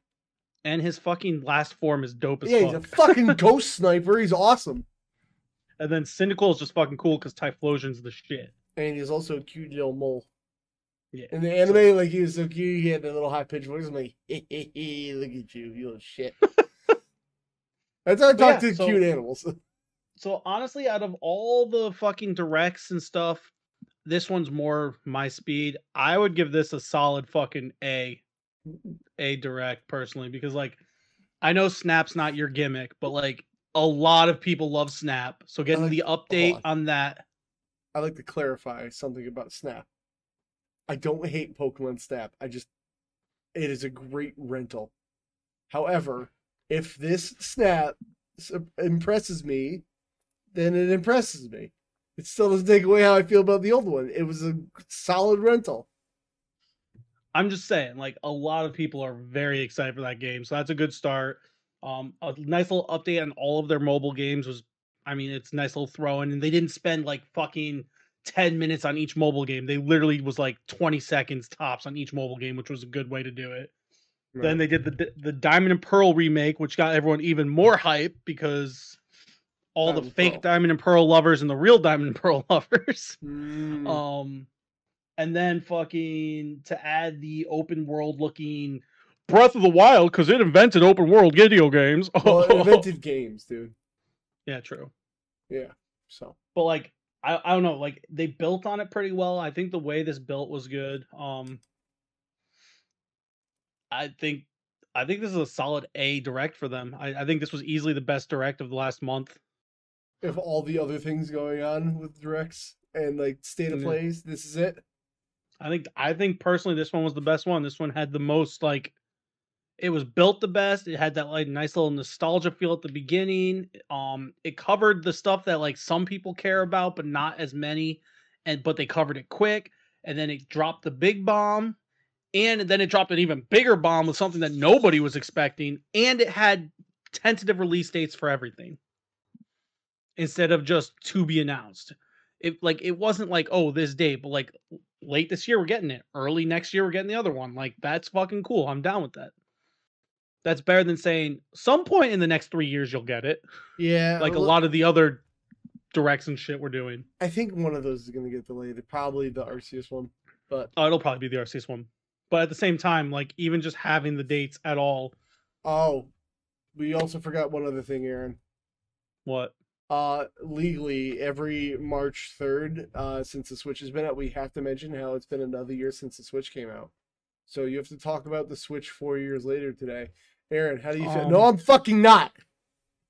Speaker 2: And his fucking last form is dope as
Speaker 1: yeah, he's a
Speaker 2: fuck.
Speaker 1: fucking ghost sniper. He's awesome.
Speaker 2: and then Cyndaquil is just fucking cool because Typhlosion's the shit.
Speaker 1: And he's also a cute little mole.
Speaker 2: Yeah.
Speaker 1: In the anime, like he was so cute, he had that little high pitched voice. I'm like, hey, hey, hey, look at you, you little shit. That's how I
Speaker 2: But
Speaker 1: talk
Speaker 2: yeah,
Speaker 1: to
Speaker 2: so-
Speaker 1: cute animals.
Speaker 2: So honestly, out of all the fucking directs and stuff, this one's more my speed. I would give this a solid fucking A a direct personally because like I know Snap's not your gimmick, but like a lot of people love Snap. So getting
Speaker 1: like-
Speaker 2: the update
Speaker 1: on.
Speaker 2: on that.
Speaker 1: I like to clarify something about Snap. I don't hate Pokemon Snap. I just it is a great rental. However,
Speaker 2: Mm-hmm.
Speaker 1: if this Snap s- impresses me, then it impresses me. It still doesn't take away how I feel about the old one. It was a solid rental.
Speaker 2: I'm just saying, like a lot of people are very excited for that game. So that's a good start. Um, a nice little update on all of their mobile games was, I mean, it's a nice little throw in, and they didn't spend like fucking ten minutes on each mobile game. They literally was like twenty seconds tops on each mobile game, which was a good way to do it. Then they did the D- the Diamond and Pearl remake, which got everyone even more hype because all
Speaker 1: Diamond
Speaker 2: the
Speaker 1: and
Speaker 2: fake
Speaker 1: Pearl.
Speaker 2: Diamond and Pearl lovers and the real Diamond and Pearl lovers.
Speaker 1: Mm.
Speaker 2: Um, and then fucking to add the open world looking Breath of the Wild because it invented open world video games.
Speaker 1: well, it invented games, dude.
Speaker 2: yeah, true.
Speaker 1: Yeah. So
Speaker 2: But like, I, I don't know. Like they built on it pretty well. I think the way this built was good. Um, I think I think this is a solid A direct for them. I, I think this was easily the best direct of the last month.
Speaker 1: if all the other things going on with directs and like state of
Speaker 2: Yeah.
Speaker 1: plays, this is it.
Speaker 2: I think I think personally this one was the best one. This one had the most like it was built the best. It had that like nice little nostalgia feel at the beginning. Um it covered the stuff that like some people care about but not as many and but they covered it quick and then it dropped the big bomb and then it dropped an even bigger bomb with something that nobody was expecting and it had tentative release dates for everything instead of just to be announced. It like it wasn't like oh this date but like late this year we're getting it early next year we're getting the other one like that's fucking cool i'm down with that that's better than saying some point in the next three years you'll get it
Speaker 1: Yeah.
Speaker 2: like a
Speaker 1: lot.
Speaker 2: lot of the other directs and shit we're doing
Speaker 1: I think one of those is going to get delayed. Probably the Arceus one, but
Speaker 2: oh it'll probably be the rcs one but at the same time like even just having the dates at all
Speaker 1: oh, we also forgot one other thing, Aaron.
Speaker 2: what
Speaker 1: Uh, legally, every March third, uh, since the Switch has been out, we have to mention how it's been another year since the Switch came out. So you have to talk about the Switch four years later today. Aaron, how do you feel? No,
Speaker 2: Um,
Speaker 1: I'm fucking not.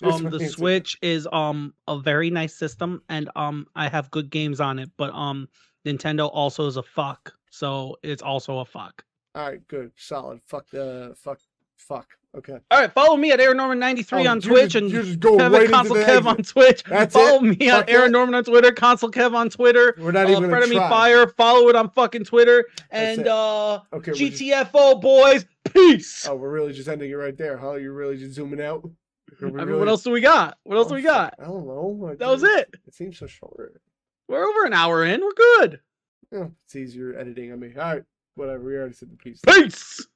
Speaker 1: Here's
Speaker 2: um
Speaker 1: my
Speaker 2: the
Speaker 1: answer.
Speaker 2: switch is um a very nice system and um i have good games on it but um nintendo also is a fuck so it's also a fuck
Speaker 1: All right, good, solid. Fuck the fuck, fuck. Okay.
Speaker 2: all right follow me at aaron norman 93
Speaker 1: Oh,
Speaker 2: on
Speaker 1: you're
Speaker 2: twitch
Speaker 1: just-
Speaker 2: and
Speaker 1: you're just going
Speaker 2: Kevin
Speaker 1: right into
Speaker 2: Console
Speaker 1: the
Speaker 2: Kev
Speaker 1: exit.
Speaker 2: on Twitch.
Speaker 1: That's
Speaker 2: Follow
Speaker 1: it.
Speaker 2: me on
Speaker 1: Fuck
Speaker 2: Aaron
Speaker 1: it.
Speaker 2: Norman on Twitter, Console Kev on Twitter,
Speaker 1: We're not
Speaker 2: uh,
Speaker 1: even gonna
Speaker 2: Frenemy
Speaker 1: try.
Speaker 2: Fire. Follow it on fucking Twitter
Speaker 1: That's
Speaker 2: and
Speaker 1: it.
Speaker 2: uh,
Speaker 1: Okay. we're just-
Speaker 2: GTFO boys. Peace.
Speaker 1: oh, we're really just ending it right there, huh? You're really just zooming out. Are we
Speaker 2: I mean,
Speaker 1: really-
Speaker 2: what else do we got? What else do we
Speaker 1: Oh, fuck,
Speaker 2: got?
Speaker 1: I don't know. I
Speaker 2: That was
Speaker 1: didn't-
Speaker 2: it.
Speaker 1: It seems so short.
Speaker 2: We're over an hour in. We're good.
Speaker 1: Yeah, it's easier editing on me. All right, whatever. We already said the piece.
Speaker 2: Peace.